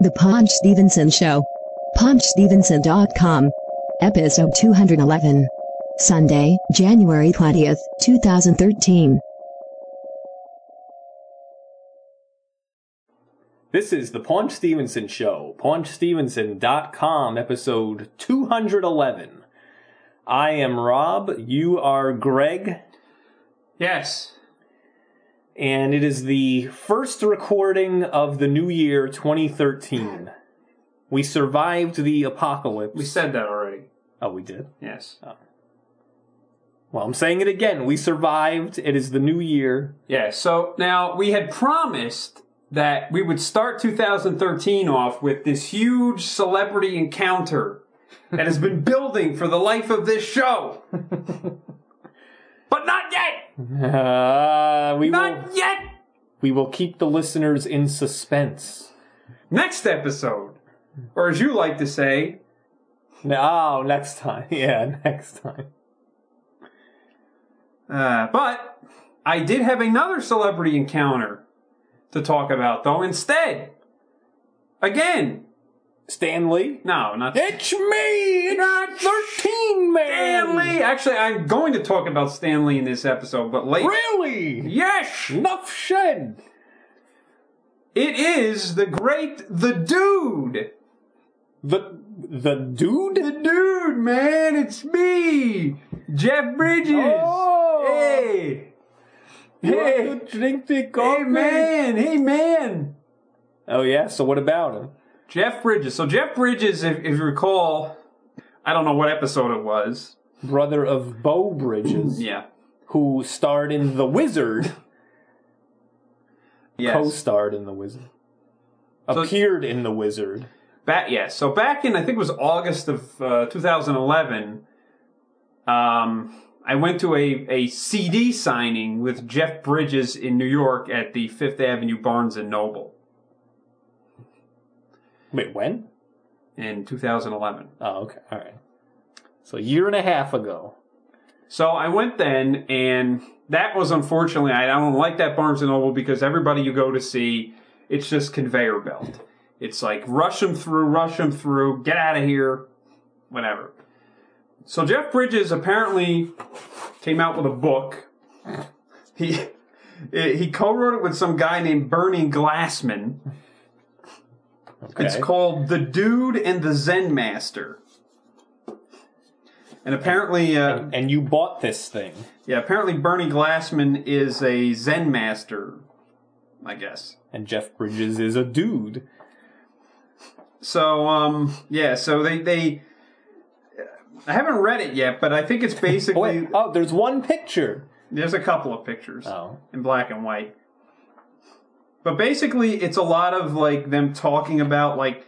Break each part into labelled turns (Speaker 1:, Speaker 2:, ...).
Speaker 1: The Ponch Stevenson Show. PonchStevenson.com. Episode 211. Sunday, January 20th, 2013.
Speaker 2: This is the Paunch Stevenson Show, paunchstevenson.com, episode 211. I am Rob, you are Greg,
Speaker 3: Yes.
Speaker 2: and it is the first recording of the new year 2013. We survived the apocalypse.
Speaker 3: We said that already.
Speaker 2: oh, we did?
Speaker 3: Yes.
Speaker 2: Well, I'm saying it again. We survived. It is the new year.
Speaker 3: Yeah, so now we had promised that we would start 2013 off with this huge celebrity encounter that has been building for the life of this show. but not yet!
Speaker 2: Uh, we, will,
Speaker 3: Not yet!
Speaker 2: we will keep the listeners in suspense.
Speaker 3: Next episode. Or as you like to say,
Speaker 2: No, oh, next time. Yeah, next time.
Speaker 3: Uh, but I did have another celebrity encounter to talk about, though, instead. Again.
Speaker 2: Stanley?
Speaker 3: No, not
Speaker 2: It's me! It's
Speaker 3: Not
Speaker 2: 13 man!
Speaker 3: Stanley! Actually, I'm going to talk about Stanley in this episode, but later.
Speaker 2: Really?
Speaker 3: Yes!
Speaker 2: Enough said.
Speaker 3: It is the great The Dude!
Speaker 2: The the dude?
Speaker 3: The Dude, man! It's me! Jeff Bridges!
Speaker 2: Oh!
Speaker 3: Hey!
Speaker 2: You want
Speaker 3: Hey!
Speaker 2: to drink the
Speaker 3: Hey,
Speaker 2: coffee?
Speaker 3: man! Hey, man!
Speaker 2: Oh yeah, so what about him?
Speaker 3: Jeff Bridges. So, Jeff Bridges, if, if you recall, I don't know what episode it was.
Speaker 2: Brother of Bo Bridges,
Speaker 3: Yeah.
Speaker 2: who starred in The Wizard,
Speaker 3: Yes.
Speaker 2: co-starred in The Wizard. Appeared in The Wizard.
Speaker 3: Back, yeah. So back in I think it was August of uh, 2011. Um, I went to a, a CD signing with Jeff Bridges in New York at the Fifth Avenue Barnes and Noble
Speaker 2: Wait, when?
Speaker 3: in 2011.
Speaker 2: Oh, okay, alright. So a year and a half ago.
Speaker 3: So I went then, and that was unfortunately I don't like that Barnes and Noble because everybody you go to see, it's just conveyor belt. It's like rush them through, rush them through, get out of here, whatever. So Jeff Bridges apparently came out with a book. He he co-wrote it with some guy named Bernie Glassman.
Speaker 2: Okay.
Speaker 3: It's called The Dude and the Zen Master. And apparently, uh,
Speaker 2: And you bought this thing.
Speaker 3: Yeah, apparently Bernie Glassman is a Zen master, I guess.
Speaker 2: And Jeff Bridges is a dude.
Speaker 3: So, um, yeah, so they, they, I haven't read it yet, but I think it's
Speaker 2: Oh,
Speaker 3: basically,
Speaker 2: wait, oh, there's one picture.
Speaker 3: there's a couple of pictures
Speaker 2: Oh.
Speaker 3: in black and white. But basically, it's a lot of like them talking about like,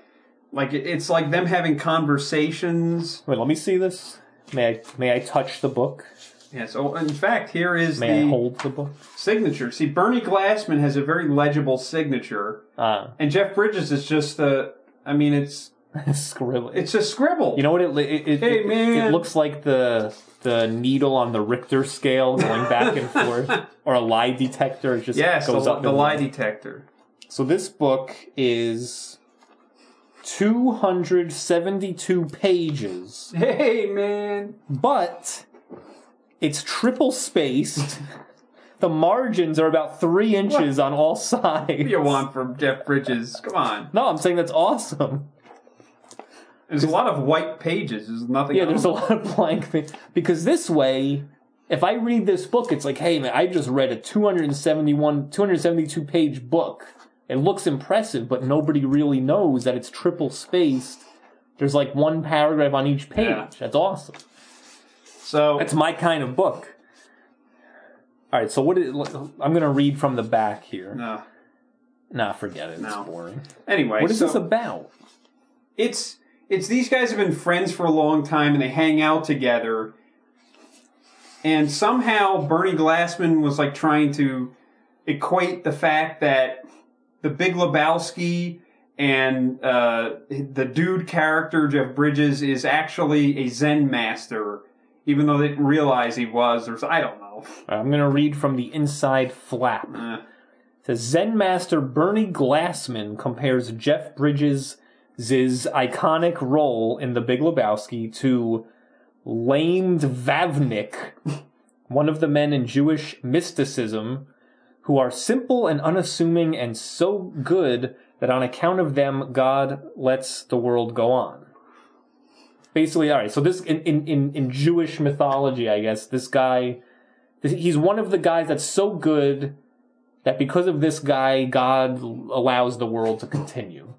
Speaker 3: like it- it's like them having conversations.
Speaker 2: Wait, let me see this. May I may I touch the book?
Speaker 3: Yeah. So in fact, here is
Speaker 2: May I
Speaker 3: the
Speaker 2: hold the book?
Speaker 3: signature. See, Bernie Glassman has a very legible signature.
Speaker 2: Ah,
Speaker 3: And Jeff Bridges is just the. I mean, it's
Speaker 2: scribble.
Speaker 3: it's a scribble.
Speaker 2: you know what it it, it,
Speaker 3: Hey,
Speaker 2: it,
Speaker 3: man.
Speaker 2: it looks like the the needle on the Richter scale going back and forth, or a lie detector. It just
Speaker 3: yes, the,
Speaker 2: goes up
Speaker 3: the
Speaker 2: and
Speaker 3: lie
Speaker 2: down.
Speaker 3: detector.
Speaker 2: So this book is two hundred seventy two pages.
Speaker 3: Hey man,
Speaker 2: but it's triple spaced. the margins are about three inches on all
Speaker 3: what do
Speaker 2: sides.
Speaker 3: you want from Jeff Bridges? Come on.
Speaker 2: No, I'm saying that's awesome.
Speaker 3: There's a lot of white pages. There's nothing.
Speaker 2: Yeah, there's a
Speaker 3: else.
Speaker 2: lot of blank things because this way, if I read this book, it's like, hey man, I just read a 271, 272 page book. It looks impressive, but nobody really knows that it's triple spaced. There's like one paragraph on each page.
Speaker 3: Yeah.
Speaker 2: That's awesome.
Speaker 3: so
Speaker 2: That's my kind of book. All right, so what? Is, I'm going to read from the back here.
Speaker 3: no.
Speaker 2: Nah, forget it. It's
Speaker 3: No.
Speaker 2: boring.
Speaker 3: uh, Anyway,
Speaker 2: What is
Speaker 3: so
Speaker 2: this about?
Speaker 3: it's it's these guys have been friends for a long time and they hang out together. And somehow Bernie Glassman was like trying to equate the fact that the Big Lebowski and uh, the dude character Jeff Bridges is actually a Zen master, even though they didn't realize he was. Or so- I don't know.
Speaker 2: All right, I'm going to read from the inside flap.
Speaker 3: Uh,
Speaker 2: says Zen master Bernie Glassman compares Jeff Bridges' iconic role in The Big Lebowski to lamed Vavnik, one of the men in Jewish mysticism who are simple and unassuming and so good that on account of them God lets the world go on. Basically, all right. So this in in in, in Jewish mythology, I guess this guy, this, he's one of the guys that's so good that because of this guy, God allows the world to continue.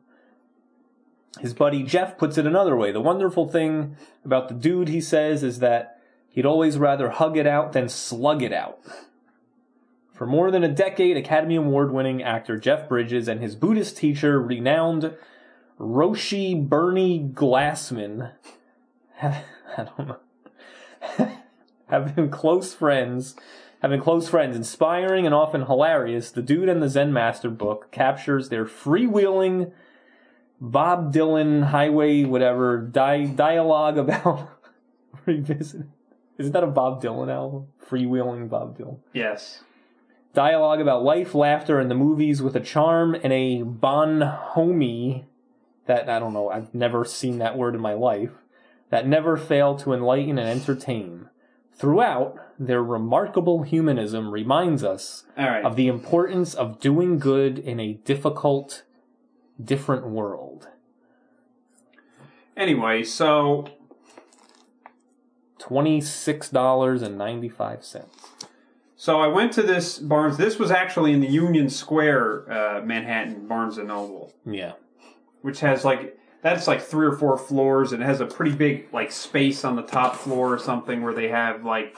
Speaker 2: His buddy Jeff puts it another way. The wonderful thing about the dude, he says, is that he'd always rather hug it out than slug it out. For more than a decade, Academy Award winning actor Jeff Bridges and his Buddhist teacher, renowned Roshi Bernie Glassman, I don't know, have been close friends, have been close friends, inspiring and often hilarious. The Dude and the Zen Master book captures their freewheeling Bob Dylan highway, whatever, di- dialogue about revisiting. Isn't that a Bob Dylan album? Freewheeling Bob Dylan
Speaker 3: Yes.
Speaker 2: dialogue about life, laughter, and the movies with a charm and a bonhomie that I don't know, I've never seen that word in my life, that never fail to enlighten and entertain. Throughout, their remarkable humanism reminds us
Speaker 3: All right.
Speaker 2: of the importance of doing good in a difficult, different world.
Speaker 3: Anyway, so
Speaker 2: $26.95.
Speaker 3: So I went to this Barnes. This was actually in the Union Square, uh, Manhattan Barnes and Noble,
Speaker 2: Yeah.
Speaker 3: which has like that's like three or four floors, and it has a pretty big like space on the top floor or something where they have like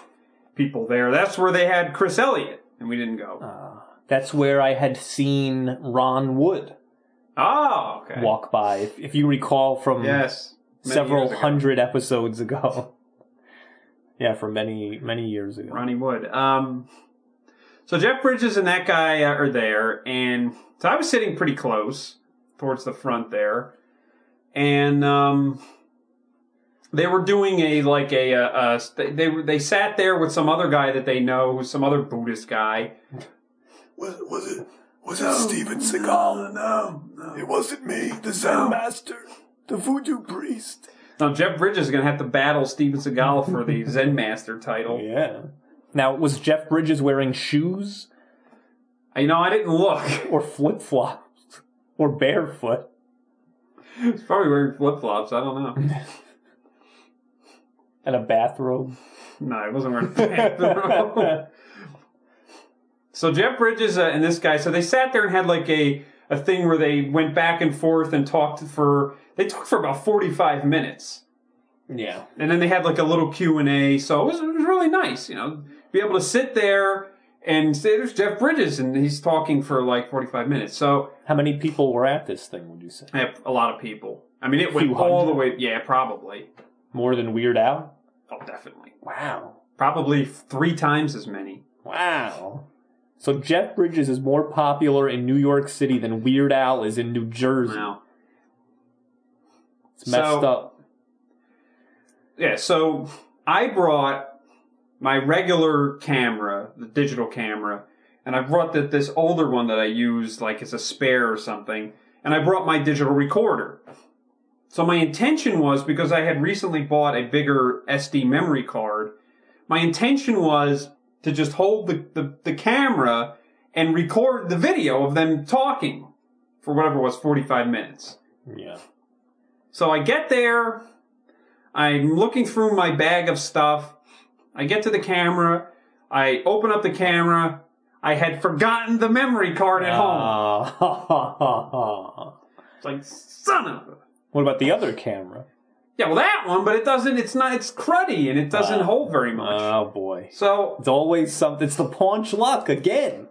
Speaker 3: people there. That's where they had Chris Elliott, and we didn't
Speaker 2: Uh,
Speaker 3: go.
Speaker 2: That's where I had seen Ron Wood
Speaker 3: Oh, okay.
Speaker 2: walk by. If, if you recall from
Speaker 3: Yes. Many
Speaker 2: several
Speaker 3: years ago.
Speaker 2: hundred episodes ago. yeah, from many many years ago.
Speaker 3: Ronnie Wood. Um, so Jeff Bridges and that guy uh, are there, and so I was sitting pretty close towards the front there, and um, they were doing a like a, uh uh they they, were, they sat there with some other guy that they know, who's some other Buddhist guy.
Speaker 4: Was, was it? Was it Steven Seagal? No, no, it wasn't me. The Zen master, the voodoo priest.
Speaker 3: Now Jeff Bridges is going to have to battle Steven Seagal for the Zen Master title.
Speaker 2: Oh, Yeah. Now, was Jeff Bridges wearing shoes
Speaker 3: You know, I didn't look.
Speaker 2: or flip flops or barefoot?
Speaker 3: He's probably wearing flip flops. I don't know.
Speaker 2: And a bathrobe.
Speaker 3: No, it wasn't wearing pants. so Jeff Bridges uh, and this guy, so they sat there and had like a a thing where they went back and forth and talked for they talked for about forty five minutes,
Speaker 2: Yeah.
Speaker 3: and then they had like a little Q and A. So it was, it was really nice, you know, be able to sit there and say there's Jeff Bridges and he's talking for like forty five minutes. So
Speaker 2: How many people were at this thing? Would you say
Speaker 3: I have a lot of people. I mean, it went
Speaker 2: Few
Speaker 3: all the way.
Speaker 2: hundred.
Speaker 3: Yeah, probably.
Speaker 2: more than Weird Al?
Speaker 3: Oh, definitely.
Speaker 2: Wow.
Speaker 3: Probably three times as many.
Speaker 2: Wow. So Jeff Bridges is more popular in New York City than Weird Al is in New Jersey.
Speaker 3: Wow.
Speaker 2: It's messed
Speaker 3: So-
Speaker 2: up.
Speaker 3: Yeah, so I brought my regular camera, the digital camera, and I brought that this older one that I used like as a spare or something, and I brought my digital recorder. So my intention was because I had recently bought a bigger SD memory card, my intention was to just hold the, the, the camera and record the video of them talking for whatever it was 45 minutes.
Speaker 2: Yeah.
Speaker 3: So I get there. I'm looking through my bag of stuff. I get to the camera. I open up the camera. I had forgotten the memory card at home.
Speaker 2: Ah.
Speaker 3: It's like, son of a.
Speaker 2: What about the other camera?
Speaker 3: Yeah, well, that one, but it doesn't, it's not, it's cruddy and it doesn't
Speaker 2: Wow.
Speaker 3: hold very much.
Speaker 2: Oh boy.
Speaker 3: so,
Speaker 2: It's always something. It's the paunch luck again.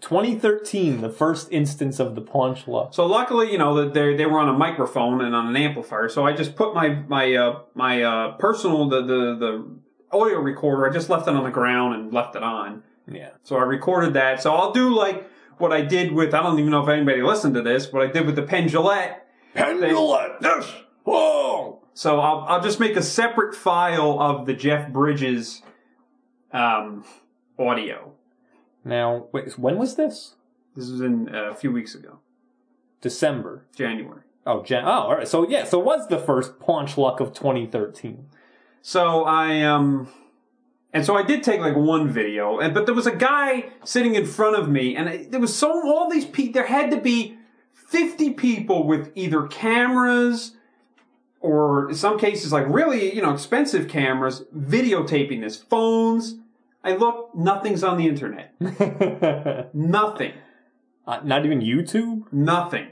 Speaker 2: 2013, the first instance of the paunch luck.
Speaker 3: so luckily, you know, that they, they were on a microphone and on an amplifier. So I just put my, my, uh, my, uh, personal, the, the, the audio recorder, I just left it on the ground and left it on.
Speaker 2: Yeah.
Speaker 3: So I recorded that. So I'll do like what I did with, I don't even know if anybody listened to this, what I did with the Penn Gillette.
Speaker 4: Pendulum. Yes. Whoa.
Speaker 3: So I'll, I'll just make a separate file of the Jeff Bridges um, audio.
Speaker 2: Now, wait, when was this?
Speaker 3: This was in uh, a few weeks ago,
Speaker 2: December.
Speaker 3: January.
Speaker 2: Oh, Jan- oh, all right. So yeah, so it was the first paunch luck of 2013.
Speaker 3: So I um, and so I did take like one video, and but there was a guy sitting in front of me, and I- there was so all these people. There had to be fifty people with either cameras or in some cases like really you know expensive cameras videotaping this phones. I look, nothing's on the internet. Nothing.
Speaker 2: Uh, not even YouTube.
Speaker 3: Nothing.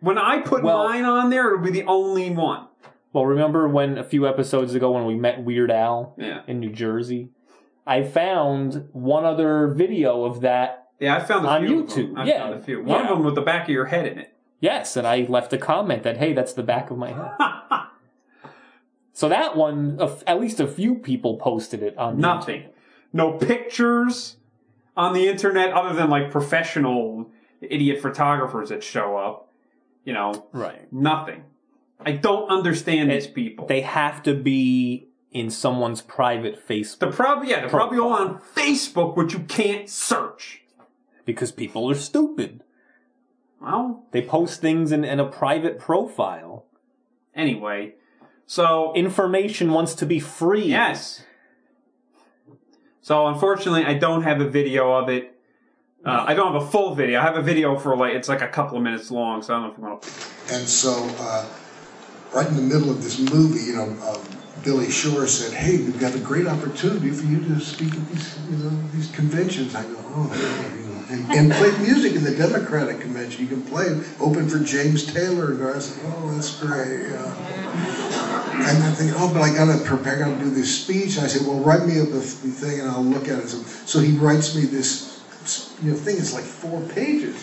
Speaker 3: When I put
Speaker 2: Well-
Speaker 3: mine on there, it'll be the only one.
Speaker 2: Well, remember when a few episodes ago when we met Weird Al
Speaker 3: Yeah.
Speaker 2: in New Jersey, I found one other video of that.
Speaker 3: Yeah, I found a
Speaker 2: On
Speaker 3: few of them.
Speaker 2: YouTube,
Speaker 3: I
Speaker 2: yeah,
Speaker 3: found a few. One of
Speaker 2: yeah.
Speaker 3: them with the back of your head in it.
Speaker 2: Yes, and I left a comment that hey, that's the back of my head. so that one, a f- at least a few people posted it on
Speaker 3: Nothing. No pictures on the internet other than like professional idiot photographers that show up. You know,
Speaker 2: YouTube. Right.
Speaker 3: nothing. I don't understand these people.
Speaker 2: They have to be in someone's private Facebook
Speaker 3: they're probably yeah, they're probably all
Speaker 2: Profile.
Speaker 3: on Facebook, which you can't search.
Speaker 2: because people are stupid.
Speaker 3: Well,
Speaker 2: They post things in, in a private profile.
Speaker 3: anyway. So
Speaker 2: Information wants to be free.
Speaker 3: Yes. So unfortunately, I don't have a video of it. Uh, I don't have a full video. I have a video for like it's like a couple of minutes long. So I don't know if you want to.
Speaker 5: And so, uh, right in the middle of this movie, you know, um, Billy Shore said, "Hey, we've got a great opportunity for you to speak at these, you know, these conventions." I go, "Oh, yeah, you know, and, and play music in the Democratic convention. You can play open for James Taylor." And I said, "Oh, that's great." Yeah. And I'm thinking, oh, but I gotta prepare, I gotta do this speech. And I said, well, write me up a f- thing and I'll look at it. So, so he writes me this, you know, thing. It's like four pages.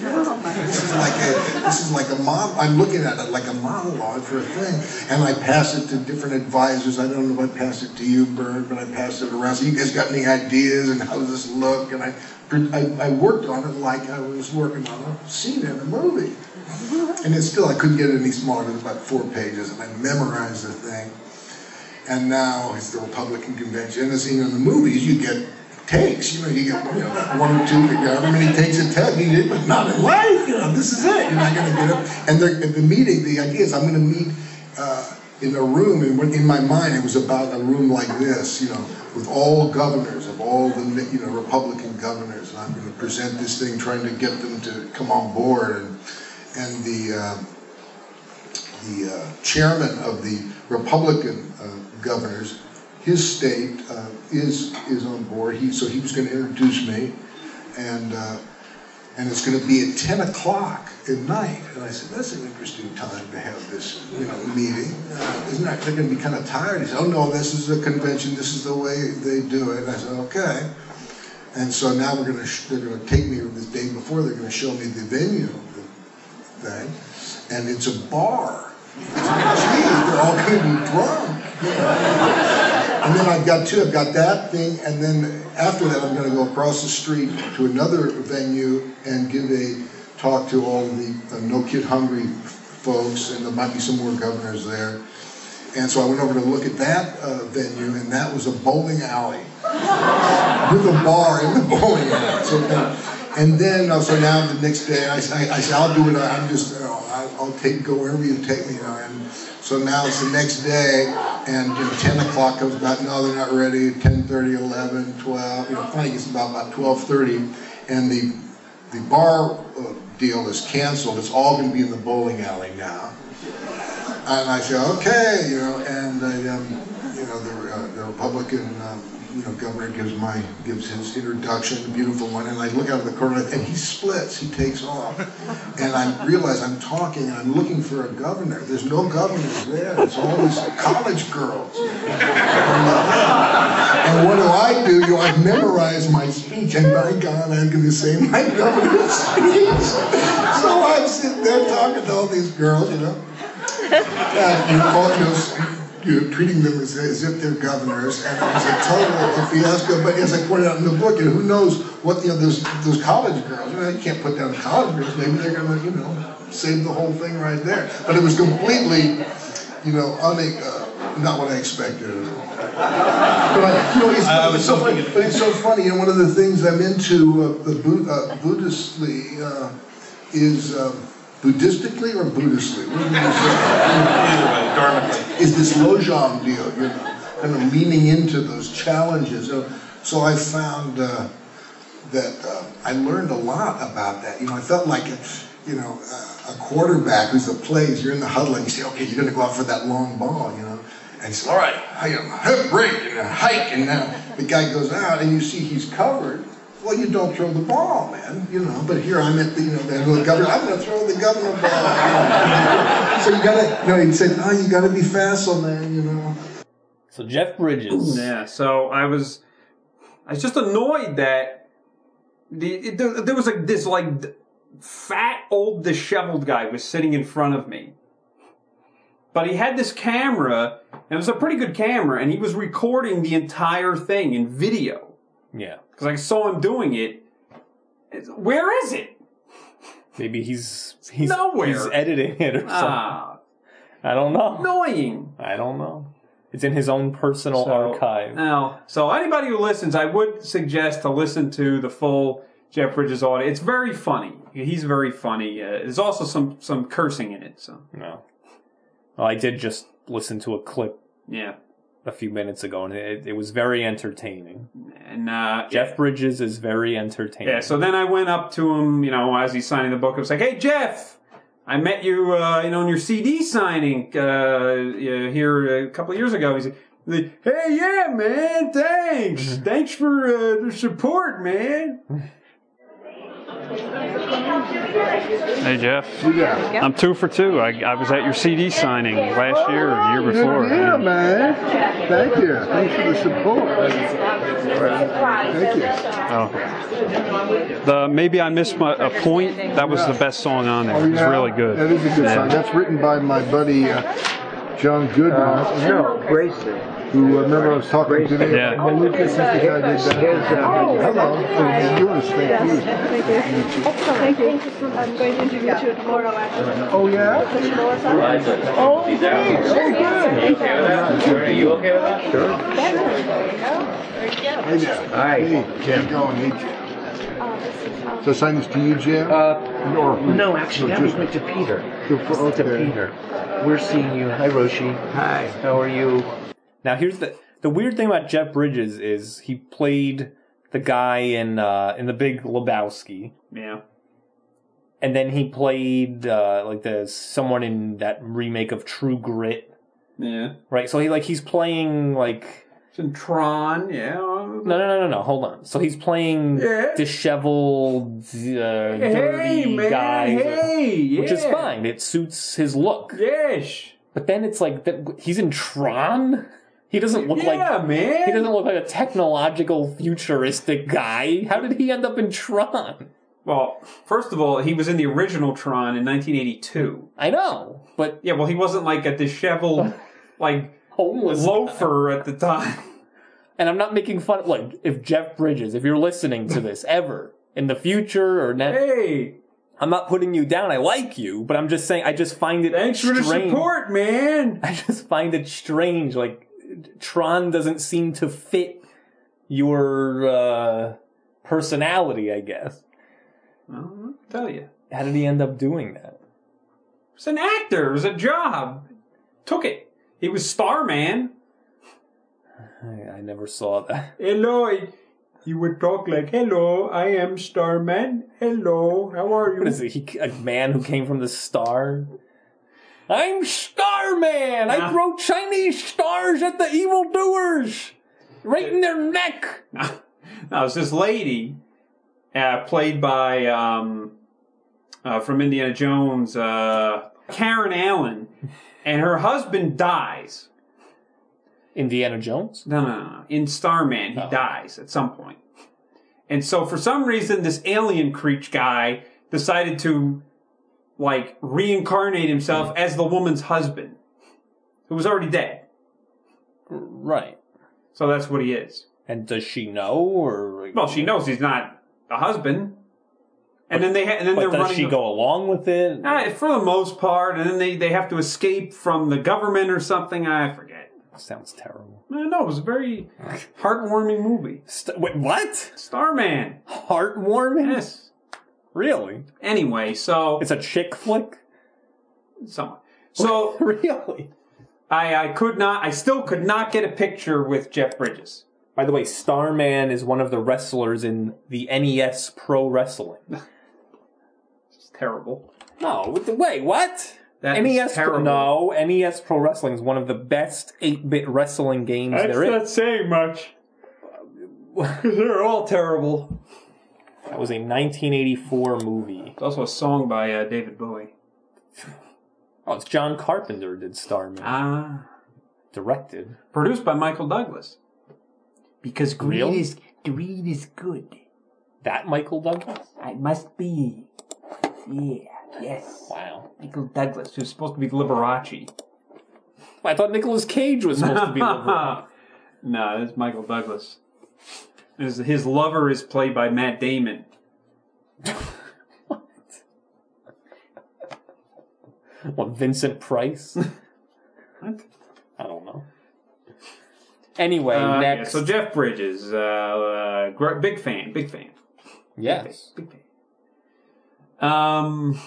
Speaker 5: This is like a, this is like a mon, I'm looking at it like a monologue for a thing. And I pass it to different advisors. I don't know if I pass it to you, Bert, but I pass it around. So you guys got any ideas and how does this look? And I, I, I worked on it like I was working on a scene in a movie. And it's still, I couldn't get it any smaller than about four pages, and I memorized the thing. And now it's the Republican convention. And as you know, in the movies, you get takes. You know, you get you know, one or two, you know, how many takes it takes. You did, but not in life. You know, this is it. You're not going to get up. And they're- at the meeting, the idea is I'm going to meet uh, in a room, and when, in my mind, it was about a room like this, you know, with all governors of all the you know Republican governors, and I'm going to present this thing, trying to get them to come on board, and and the. Uh, the uh, chairman of the Republican uh, governors, his state uh, is is on board. He so he was going to introduce me, and uh, and it's going to be at ten o'clock at night. And I said, that's an interesting time to have this you know meeting. Uh, isn't that they're going to be kind of tired? He said, oh no, this is a convention. This is the way they do it. And I said, okay. And so now we're going to sh- they're going to take me the day before. They're going to show me the venue, the thing, and it's a bar. Gee, they're all going to be drunk. And then I've got two, I've got that thing, and then after that, I'm gonna go across the street to another venue and give a talk to all the uh, No Kid Hungry folks, and there might be some more governors there. And so I went over to look at that uh, venue, and that was a bowling alley with a bar in the bowling alley. So, uh, and then, uh, so now the next day, I, s- I, I said, I'll do it. I'm just, you know, I'll, I'll take, go wherever you take me. You know, and so now it's the next day, and you know, 10 o'clock comes about, no, they're not ready. 10.30, 11, 12, you know, finally it's about, about 12.30, and the, the bar uh, deal is canceled. It's all going to be in the bowling alley now. And I said, okay, you know, and I, um, you know, the, uh, the Republican, um, you know, governor gives my, gives his introduction, a beautiful one, and I look out of the corner and he splits, he takes off. And I realize I'm talking and I'm looking for a governor. There's no governors there. It's all these college girls. And what do I do? You know, I've memorized my speech, and by God, I'm going to say my governor's speech. So I'm sitting there talking to all these girls, you know and you're all just you're treating them as, as if they're governors, and it was a total fiasco. But as I pointed out in the book, you know, who knows what you know those those college girls? You know, you can't put down college girls. Maybe they're gonna you know save the whole thing right there. But it was completely you know un, uh, not what I expected. at all. But I, you know, it's,
Speaker 6: I- I was
Speaker 5: it's so funny.
Speaker 6: hoping it-
Speaker 5: But it's so funny. And one of the things I'm into uh, the Bu- uh, Buddhistly uh, is um, Buddhistically or Buddhistly. What do you say?
Speaker 6: Either way, dharmically.
Speaker 5: is this Lojong deal, you know, kind of leaning into those challenges. So, so I found uh, that uh, I learned a lot about that. You know, I felt like, a, you know, a a quarterback who's the plays, you're in the huddle and you say, okay, you're going to go out for that long ball, you know. And he says, all right, I am hip break and a hike. And now the guy goes out and you see he's covered. Well, you don't throw the ball, man, you know. But here I'm at the, you know, the governor. I'm going to throw the governor ball. So you gotta, you know, he said, oh, you gotta be facile, man, you know.
Speaker 2: So Jeff Bridges.
Speaker 3: Yeah, so I was, I was just annoyed that the it, there, there was like this like d- fat old disheveled guy was sitting in front of me, but he had this camera and it was a pretty good camera, and he was recording the entire thing in video
Speaker 2: Yeah.
Speaker 3: because I saw him doing it. It's- Where is it?
Speaker 2: Maybe he's he's
Speaker 3: Nowhere.
Speaker 2: he's editing it or something.
Speaker 3: Ah,
Speaker 2: I don't know.
Speaker 3: annoying.
Speaker 2: I don't know. It's in his own personal archive.
Speaker 3: Now, so anybody who listens, I would suggest to listen to the full Jeff Bridges audio. It's very funny. He's very funny. Uh, there's also some some cursing in it. So
Speaker 2: no. Well, I did just listen to a clip
Speaker 3: yeah,
Speaker 2: a few minutes ago, and it, it was very entertaining.
Speaker 3: and uh,
Speaker 2: Jeff Bridges is very entertaining.
Speaker 3: yeah. So then I went up to him, you know, as he's signing the book. I was like, "Hey, Jeff." I met you, uh, you know, in your CD signing uh, uh, here a couple of years ago. He's like, "Hey, yeah, man, thanks, thanks for uh, the support, man."
Speaker 7: Hey Jeff,
Speaker 5: Yeah.
Speaker 7: I'm two for two. I, I was at your CD signing last year or the year before.
Speaker 5: Yeah, man. Thank you. Thanks for the support. Thank you.
Speaker 7: Oh. The maybe I missed my a point. That was the best song on there. It was really good.
Speaker 5: Oh, That is a good song. That's written by my buddy uh, John Goodman, who uh, remember I was talking to today.
Speaker 7: Yeah.
Speaker 5: Well, Lucas is the guy that did that. Hello. How you doing? Thank you.
Speaker 8: Thank you. I'm going to interview you tomorrow after
Speaker 5: Oh yeah.
Speaker 8: Oh, great. Oh,
Speaker 5: Hey there. Hi. Hey, Jim. Going, hey, Jim. So sign this to you, Jim.
Speaker 9: Uh,
Speaker 5: or
Speaker 9: no, actually, that was
Speaker 5: just-
Speaker 9: went to Peter.
Speaker 5: To-
Speaker 9: This is to
Speaker 5: okay.
Speaker 9: Peter. We're seeing you. Hi, Roshi. Hi. How are you?
Speaker 2: Now here's the the weird thing about Jeff Bridges is he played the guy in uh, in the Big Lebowski,
Speaker 3: Yeah,
Speaker 2: and then he played uh, like the someone in that remake of True Grit,
Speaker 3: yeah.
Speaker 2: right? So he like he's playing like
Speaker 3: And Tron, yeah.
Speaker 2: no no no no no hold on. So he's playing
Speaker 3: Yeah.
Speaker 2: disheveled, uh,
Speaker 3: Hey,
Speaker 2: dirty
Speaker 3: man.
Speaker 2: guy,
Speaker 3: hey, yeah.
Speaker 2: which is fine. It suits his look.
Speaker 3: Yes.
Speaker 2: But then it's like that he's in Tron. He doesn't look like
Speaker 3: yeah, man.
Speaker 2: He doesn't look like a technological futuristic guy. How did he end up in Tron?
Speaker 3: well, first of all, he was in the original Tron in 1982.
Speaker 2: I know, but
Speaker 3: Yeah, well, he wasn't like a disheveled, like,
Speaker 2: homeless.
Speaker 3: loafer at the time.
Speaker 2: And I'm not making fun. Like, if Jeff Bridges, if you're listening to this ever in the future or now,
Speaker 3: Hey,
Speaker 2: I'm not putting you down. I like you, but I'm just saying I just find it
Speaker 3: thanks for
Speaker 2: strange.
Speaker 3: the support, man.
Speaker 2: I just find it strange. Like, Tron doesn't seem to fit your uh, personality. I guess.
Speaker 3: Well, I'll tell you.
Speaker 2: How did he end up doing that?
Speaker 3: It's an actor. It was a job. Took it. He was Starman.
Speaker 2: I, I never saw that.
Speaker 3: Hello. he- He would talk like, hello, I am Starman. Hello, how are you?
Speaker 2: What is it? He, a man who came from the star? I'm Starman! I
Speaker 3: Nah.
Speaker 2: throw Chinese stars at the evildoers! Right in their neck!
Speaker 3: No, no, it was this lady, uh, played by um, uh, from Indiana Jones, uh, Karen Allen, and her husband dies.
Speaker 2: Indiana Jones?
Speaker 3: No, no, no, no. In Starman, he dies at some point. And so, for some reason, this alien creature guy decided to like reincarnate himself as the woman's husband, who was already dead.
Speaker 2: Right.
Speaker 3: So that's what he is.
Speaker 2: And does she know, or.
Speaker 3: Well, she knows he's not a husband. And then they ha- and then
Speaker 2: but
Speaker 3: they're
Speaker 2: does
Speaker 3: running
Speaker 2: she
Speaker 3: a- Ah.
Speaker 2: go along with it?
Speaker 3: Uh, for the most part, and then they, they have to escape from the government or something. I forget.
Speaker 2: Sounds terrible.
Speaker 3: No, no, it was a very heartwarming movie.
Speaker 2: St- wait, what?
Speaker 3: Starman.
Speaker 2: Heartwarming?
Speaker 3: Yes.
Speaker 2: Really?
Speaker 3: Anyway, so
Speaker 2: It's a chick flick?
Speaker 3: someone. So
Speaker 2: really?
Speaker 3: I, I could not. I still could not get a picture with Jeff Bridges.
Speaker 2: By the way, Starman is one of the wrestlers in the NES Pro Wrestling.
Speaker 3: It's terrible.
Speaker 2: No, what the- wait, what?
Speaker 3: That is
Speaker 2: NES Pro,
Speaker 3: terrible.
Speaker 2: E no, NES Pro Wrestling is one of the best 8-bit wrestling games there is.
Speaker 3: saying much. They're all terrible.
Speaker 2: That was a 1984 movie.
Speaker 3: It's also a song by uh, David Bowie.
Speaker 2: Oh, it's John Carpenter did Starman.
Speaker 3: Ah.
Speaker 2: Directed.
Speaker 3: Produced by Michael Douglas. Because greed
Speaker 2: Real?
Speaker 3: is greed is good.
Speaker 2: That Michael Douglas?
Speaker 3: I must be. Yeah. Yes.
Speaker 2: Wow.
Speaker 3: Michael Douglas, who's supposed to be Liberace.
Speaker 2: I thought Nicolas Cage was supposed to be Liberal.
Speaker 3: no, that's Michael Douglas. His, his lover is played by Matt Damon.
Speaker 2: What, Vincent Price?
Speaker 3: What?
Speaker 2: I don't know. Anyway,
Speaker 3: Uh, yeah,
Speaker 2: next.
Speaker 3: so Jeff Bridges, uh, uh, gr- big fan, big fan,
Speaker 2: yes.
Speaker 3: big fan. Um,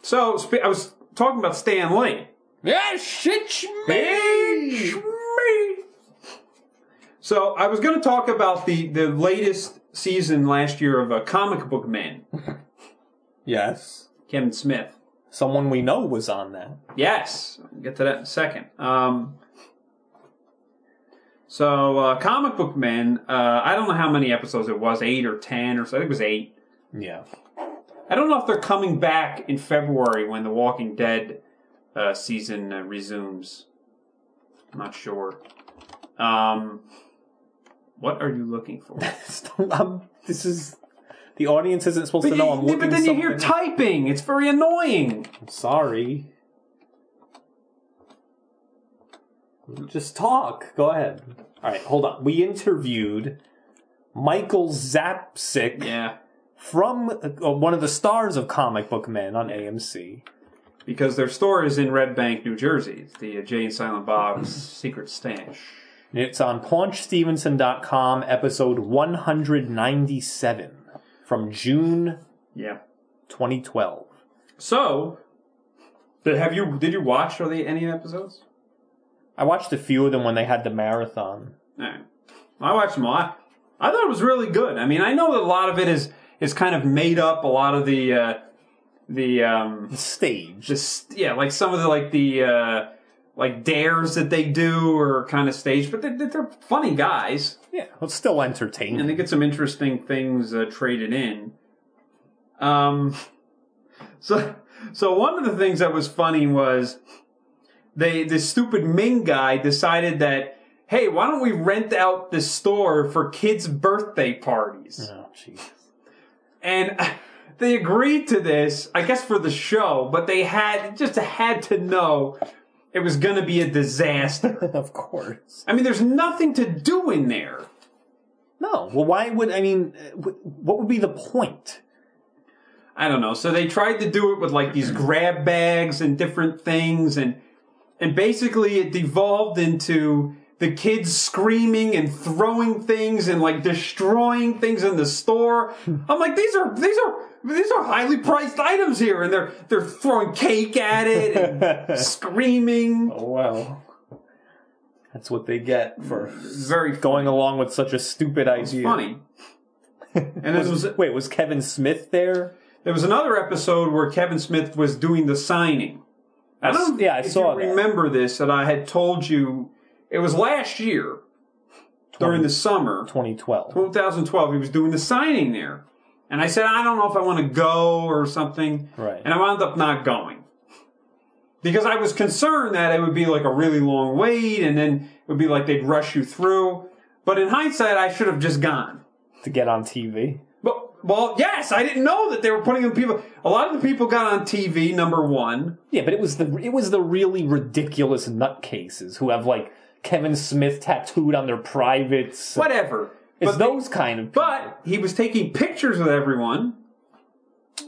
Speaker 3: so sp- I was talking about Stan Lee.
Speaker 2: Yeah, shit,
Speaker 3: Bitch me. So I was going to talk about the the latest season last year of a comic book man,
Speaker 2: Yes.
Speaker 3: Kevin Smith.
Speaker 2: Someone we know was on that.
Speaker 3: Yes, I'll get to that in a second. Um, so, uh, Comic Book Men, uh, I don't know how many episodes it was, eight or ten or so, I think it was eight.
Speaker 2: Yeah.
Speaker 3: I don't know if they're coming back in February when the Walking Dead uh, season uh, resumes. I'm not sure. Um, what are you looking for?
Speaker 2: I'm, um, this is. The audience isn't supposed to
Speaker 3: but,
Speaker 2: know I'm
Speaker 3: you-
Speaker 2: looking
Speaker 3: but then you hear
Speaker 2: something up.
Speaker 3: typing. It's very annoying.
Speaker 2: I'm sorry. Just talk. Go ahead. All right, hold on. We interviewed Michael Zapsik.
Speaker 3: Yeah,
Speaker 2: from uh, one of the stars of Comic Book Men on AMC.
Speaker 3: because their store is in Red Bank, New Jersey. It's the uh, Jay and Silent Bob's secret stash.
Speaker 2: It's on paunchstevenson.com, episode 197 from June
Speaker 3: Yeah.
Speaker 2: 2012.
Speaker 3: So, did, have you did you watch are they any episodes?
Speaker 2: I watched a few of them when they had the marathon.
Speaker 3: No, I watched them all. I, I thought it was really good. I mean, I know that a lot of it is is kind of made up. A lot of the uh, the um,
Speaker 2: Stage.
Speaker 3: just yeah, like some of the like the uh, like dares that they do are kind of staged, but they're, they're funny guys.
Speaker 2: Yeah, it's still
Speaker 3: and
Speaker 2: entertaining.
Speaker 3: they get some interesting things uh, traded in. Um, so so one of the things that was funny was they this stupid Ming guy decided that hey, why don't we rent out this store for kids' birthday parties?
Speaker 2: Oh, jeez.
Speaker 3: and uh, they agreed to this, I guess for the show, but they had just had to know it was going to be a disaster.
Speaker 2: of course.
Speaker 3: I mean, there's nothing to do in there.
Speaker 2: No. Well, why would, I mean, uh, wh- what would be the point?
Speaker 3: I don't know. So they tried to do it with like these grab bags and different things and and basically it devolved into the kids screaming and throwing things and like destroying things in the store. I'm like these are these are these are highly priced items here and they're they're throwing cake at it and screaming.
Speaker 2: Oh, wow. That's what they get for
Speaker 3: It's very
Speaker 2: going along with such a stupid idea.
Speaker 3: funny. And it was
Speaker 2: Wait, was Kevin Smith there?
Speaker 3: There was another episode where Kevin Smith was doing the signing. I don't
Speaker 2: yeah, I
Speaker 3: if
Speaker 2: saw
Speaker 3: you
Speaker 2: that.
Speaker 3: remember this that I had told you it was last year during the summer
Speaker 2: 2012.
Speaker 3: 2012 he was doing the signing there. And I said I don't know if I want to go or something.
Speaker 2: Right.
Speaker 3: And I wound up not going. Because I was concerned that it would be like a really long wait and then it would be like they'd rush you through. But in hindsight I should have just gone.
Speaker 2: To get on TV.
Speaker 3: But, well, yes, I didn't know that they were putting the people. A lot of the people got on TV. Number one,
Speaker 2: Yeah, but it was the it was the really ridiculous nutcases who have like Kevin Smith tattooed on their privates.
Speaker 3: whatever.
Speaker 2: It's
Speaker 3: but,
Speaker 2: those kind of people.
Speaker 3: but he was taking pictures with everyone.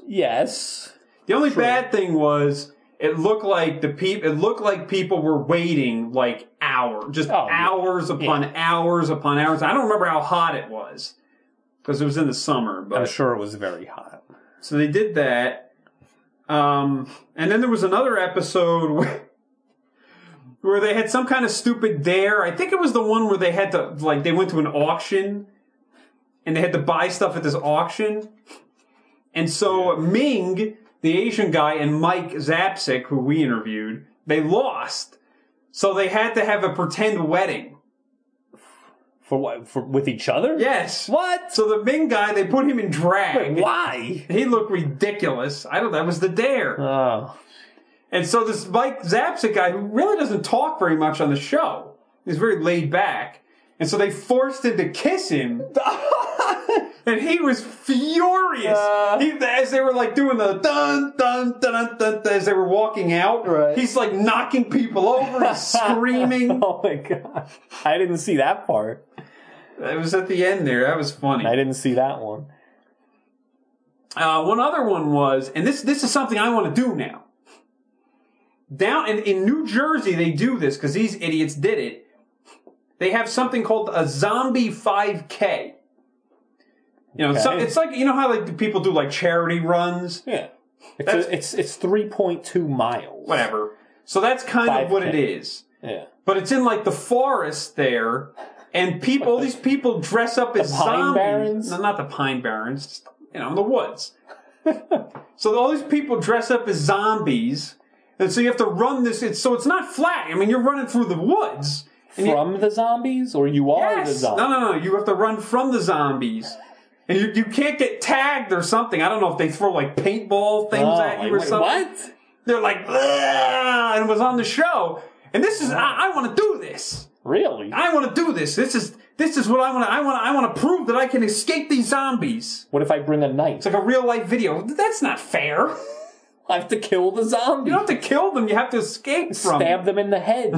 Speaker 2: yes.
Speaker 3: The only bad thing was It looked like the peop It looked like people were waiting like hours, just
Speaker 2: Oh, yeah.
Speaker 3: hours upon hours upon hours. I don't remember how hot it was because it was in the summer. But
Speaker 2: I'm sure it was very hot.
Speaker 3: so they did that. Um, and then there was another episode where, where they had some kind of stupid dare. I think it was the one where they had to, like, they went to an auction and they had to buy stuff at this auction. And so Ming, the Asian guy, and Mike Zapsik, who we interviewed, they lost. So they had to have a pretend wedding.
Speaker 2: For what? For with each other?
Speaker 3: Yes.
Speaker 2: What?
Speaker 3: So the Ming guy, they put him in drag.
Speaker 2: Why?
Speaker 3: He looked ridiculous. I don't. That was the dare.
Speaker 2: Oh.
Speaker 3: And so this Mike Zapsik guy, who really doesn't talk very much on the show, is very laid back. And so they forced him to kiss him. and he was furious.
Speaker 2: Uh.
Speaker 3: he, as they were like doing the dun, dun, dun, dun, dun, dun, as they were walking out,
Speaker 9: Right.
Speaker 3: he's like knocking people over, he's screaming.
Speaker 2: oh my god! I didn't see that part.
Speaker 3: That was at the end there. That was funny.
Speaker 2: I didn't see that one.
Speaker 3: Uh, one other one was, and this this is something I want to do now. Down in, in New Jersey, they do this because these idiots did it. They have something called a zombie 5K. You know, it's, some-
Speaker 2: Okay.
Speaker 3: it's like you know how like people do like charity runs,
Speaker 2: Yeah. It's
Speaker 3: That's-
Speaker 2: a, it's it's three point two miles.
Speaker 3: whatever. So that's kind of what it
Speaker 2: 5K.
Speaker 3: is.
Speaker 2: Yeah.
Speaker 3: But it's in like the forest there, and people, all these people dress up as
Speaker 2: The Pine
Speaker 3: zombies.
Speaker 2: Barrens?
Speaker 3: No, not the Pine Barrens. just, You know, in the woods. so all these people dress up as zombies, and so you have to run this. It's, so it's not flat. I mean, you're running through the woods. And you-
Speaker 2: From the zombies, or you are the
Speaker 3: yes. No,
Speaker 2: zombies?
Speaker 3: no, no. You have to run from the zombies. And you, you can't get tagged or something. I don't know if they throw like paintball things
Speaker 2: Oh,
Speaker 3: at
Speaker 2: like,
Speaker 3: you or
Speaker 2: wait,
Speaker 3: something.
Speaker 2: What?
Speaker 3: They're like, "Bleh," and it was on the show. And this is, I, I want to do this.
Speaker 2: Really?
Speaker 3: I want to do this. This is this is what I want to. I want to. I want to prove that I can escape these zombies.
Speaker 2: What if I bring a knife?
Speaker 3: It's like a real life video. That's not fair.
Speaker 2: I have to kill the
Speaker 3: You
Speaker 2: zombie.
Speaker 3: don't have to kill them. You have to escape from.
Speaker 2: Stab them in the head.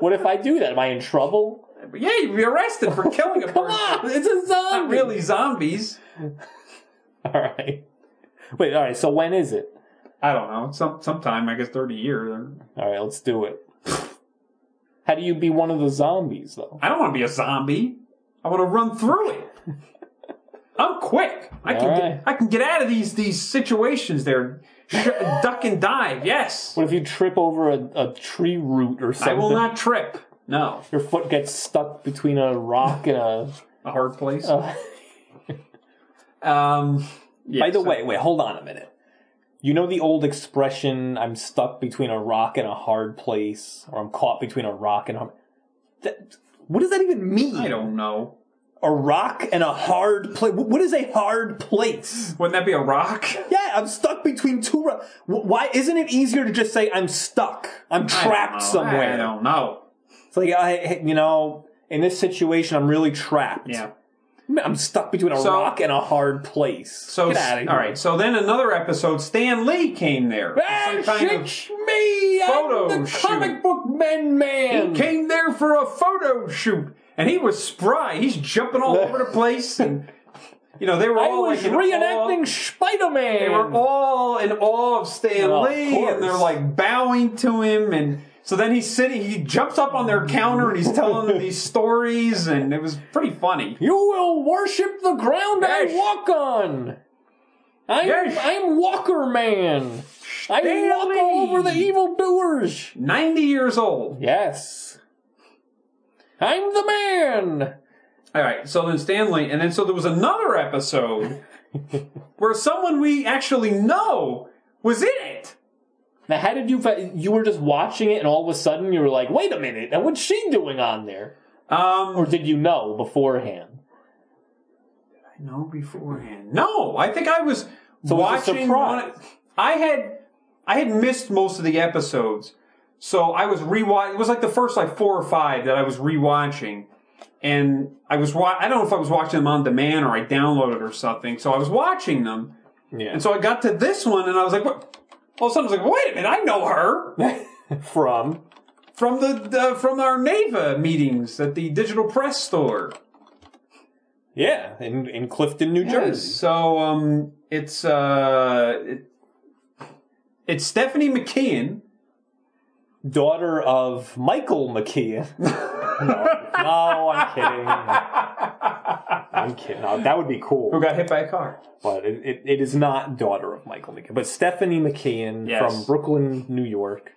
Speaker 2: what if I do that? Am I in trouble?
Speaker 3: them. Yeah, you'd be arrested for killing a
Speaker 2: Come
Speaker 3: person.
Speaker 2: on, it's a zombie.
Speaker 3: Not really zombies.
Speaker 2: All right. Wait. All right. So when is it?
Speaker 3: I don't know. Some sometime I guess thirty years.
Speaker 2: All right. Let's do it. How do you be one of the zombies though?
Speaker 3: I don't want to be a zombie. I want to run through it. I'm quick. I can
Speaker 2: Alright.
Speaker 3: get, I can get out of these these situations. There, Sh- duck and dive. Yes,
Speaker 2: What if you trip over a, a tree root or
Speaker 3: I
Speaker 2: something?
Speaker 3: will not trip. No,
Speaker 2: Your foot gets stuck between a rock and a.
Speaker 3: a hard place.
Speaker 2: a-
Speaker 3: Um,
Speaker 2: By the
Speaker 3: so-
Speaker 2: way, wait, hold on a minute. You know the old expression, "I'm stuck between a rock and a hard place," or "I'm caught between a rock and a." That, what does that even mean?
Speaker 3: I don't know.
Speaker 2: A rock and a hard place. What is a hard place?
Speaker 3: Wouldn't that be a rock?
Speaker 2: Yeah, I'm stuck between two. Ro- Wh- Why isn't it easier to just say I'm stuck? I'm
Speaker 3: I don't know.
Speaker 2: trapped somewhere.
Speaker 3: I don't know.
Speaker 2: It's like I, you know, in this situation, I'm really trapped.
Speaker 3: Yeah.
Speaker 2: I'm stuck between a
Speaker 3: So-
Speaker 2: rock and a hard place.
Speaker 3: So
Speaker 2: Get out of here.
Speaker 3: all right. So then another episode. Stan Lee came there.
Speaker 2: Hey,
Speaker 3: Some kind of-
Speaker 2: shit's me! I'm
Speaker 3: photo
Speaker 2: the
Speaker 3: shoot.
Speaker 2: comic book man man.
Speaker 3: he came there for a photo shoot, and he was spry. He's jumping all over the place, and you know they were
Speaker 2: I
Speaker 3: all
Speaker 2: was
Speaker 3: like in
Speaker 2: reenacting
Speaker 3: awe.
Speaker 2: Spider Man.
Speaker 3: They were all in awe of Stan
Speaker 2: Well, of
Speaker 3: Lee, and they're
Speaker 2: course.
Speaker 3: like bowing to him, and so then he's sitting. He jumps up on their counter, and he's telling them these stories, and it was pretty funny.
Speaker 2: You will worship the ground I
Speaker 3: Yes.
Speaker 2: walk on. I'm,
Speaker 3: Yes.
Speaker 2: I'm Walker Man. I walk
Speaker 3: Stanley.
Speaker 2: over the evildoers.
Speaker 3: 90 years old.
Speaker 2: Yes. I'm the man.
Speaker 3: All right, so then Stanley, and then so there was another episode where someone we actually know was in it.
Speaker 2: Now, how did you? fi- You were just watching it, and all of a sudden, you were like, "Wait a minute! Now, what's she doing on there?" Or
Speaker 3: Um,
Speaker 2: did you know beforehand?
Speaker 3: no, beforehand. No, I think I was
Speaker 2: So it was a
Speaker 3: watching.
Speaker 2: surprise.
Speaker 3: one- I had I had missed most of the episodes, so I was rewatch. It was like the first like four or five that I was rewatching, and I was wa- I don't know if I was watching them on demand or I downloaded or something. So I was watching them.
Speaker 2: Yeah.
Speaker 3: And so I got to this one, and I was like, what? All of a sudden, I was like, wait a minute, I know her
Speaker 2: From
Speaker 3: from the, the from our NAVA meetings at the digital press store.
Speaker 2: yeah, in in Clifton, New
Speaker 3: So um, it's uh, it, It's Stephanie McKeon.
Speaker 2: Daughter of Michael McKeon. no, no, I'm kidding. I'm kidding. No, that would be cool.
Speaker 3: Who got hit by a car?
Speaker 2: But it, it, it is not daughter of Michael McKeon, but Stephanie McKeon
Speaker 3: Yes.
Speaker 2: from Brooklyn, New York,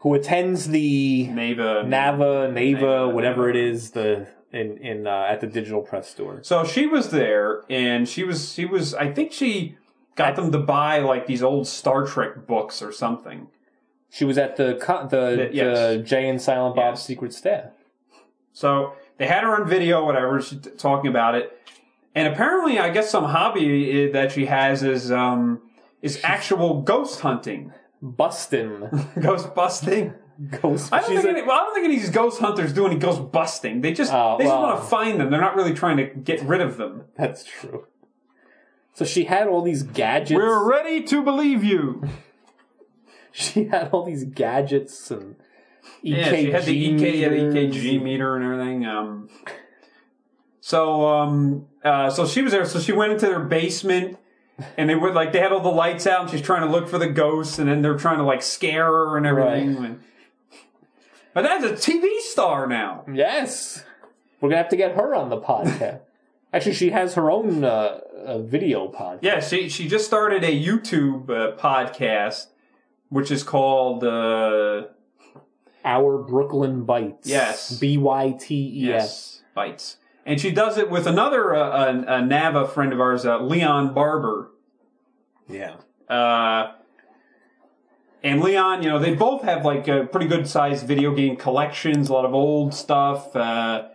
Speaker 2: who attends the
Speaker 3: Nava.
Speaker 2: Nava, Nava,
Speaker 3: Nava,
Speaker 2: whatever
Speaker 3: Nava.
Speaker 2: it is, the in in uh, at the digital press store.
Speaker 3: So she was there, and she was she was. I think she got them to buy like these old Star Trek books or something.
Speaker 2: She was at the co- the,
Speaker 3: The- yes.
Speaker 2: the Jay and Silent Bob's
Speaker 3: Yes.
Speaker 2: secret staff.
Speaker 3: So they had her on video, whatever, she t- talking about it. And apparently, I guess some hobby i- that she has is um is actual ghost hunting,
Speaker 2: Bustin.
Speaker 3: ghost busting.
Speaker 2: Ghost.
Speaker 3: I don't,
Speaker 2: she's
Speaker 3: think
Speaker 2: a-
Speaker 3: any, well, I don't think any of these ghost hunters do any ghost busting. They just
Speaker 2: Oh,
Speaker 3: they
Speaker 2: well.
Speaker 3: just want to find them. They're not really trying to get rid of them.
Speaker 2: That's true. So she had all these gadgets.
Speaker 3: We're ready to believe you.
Speaker 2: She had all these gadgets and EKG.
Speaker 3: Yeah, she had the EK, yeah, the E EKG
Speaker 2: meters.
Speaker 3: meter and everything. Um, so, um, uh, so she was there. So she went into their basement, and they would like they had all the lights out, and she's trying to look for the ghosts, and then they're trying to like scare her and everything. And- but that's a TV star now.
Speaker 2: Yes, we're gonna have to get her on the podcast. Actually, she has her own uh, uh, video podcast.
Speaker 3: Yeah, she she just started a YouTube uh, podcast, which is called uh,
Speaker 2: Our Brooklyn Bites.
Speaker 3: Yes.
Speaker 2: B Y T E S.
Speaker 3: Yes Bites, and she does it with another uh, a, a Nava friend of ours, uh, Leon Barber.
Speaker 2: Yeah.
Speaker 3: uh, and Leon, you know, they both have like a pretty good sized video game collections, a lot of old stuff, uh,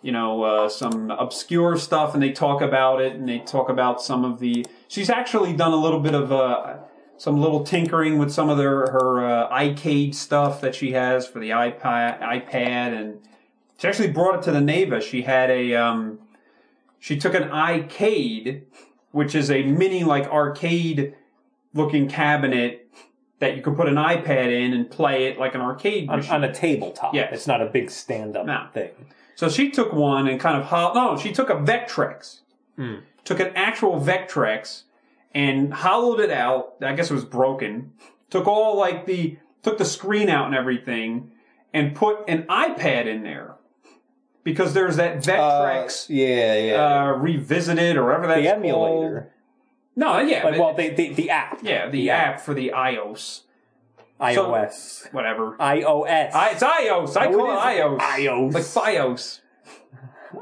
Speaker 3: you know, uh, some obscure stuff, and they talk about it, and they talk about some of the. She's actually done a little bit of uh, some little tinkering with some of their her uh, iCade stuff that she has for the iPad, iPad, and she actually brought it to the Nava. She had a, um, she took an iCade, which is a mini like arcade looking cabinet that you can put an iPad in and play it like an arcade
Speaker 2: On,
Speaker 3: machine.
Speaker 2: on a tabletop.
Speaker 3: Yes.
Speaker 2: It's not a big stand up
Speaker 3: No.
Speaker 2: thing.
Speaker 3: so she took one and kind of hollowed. No, she took a Vectrex,
Speaker 2: Hmm.
Speaker 3: took an actual Vectrex and hollowed it out. I guess it was broken. Took all like the took the screen out and everything, and put an iPad in there because there's that Vectrex.
Speaker 2: Uh, yeah,
Speaker 3: uh, revisited or whatever that's
Speaker 2: the
Speaker 3: called.
Speaker 2: emulator.
Speaker 3: No, yeah,
Speaker 2: Like,
Speaker 3: but-
Speaker 2: well, they, they, the app.
Speaker 3: yeah, the app for the iOS,
Speaker 2: iOS.
Speaker 3: whatever.
Speaker 2: iOS.
Speaker 3: I, it's iOS. I
Speaker 2: No,
Speaker 3: call it,
Speaker 2: Oh, it
Speaker 3: iOS.
Speaker 2: is iOS.
Speaker 3: Like FiOS.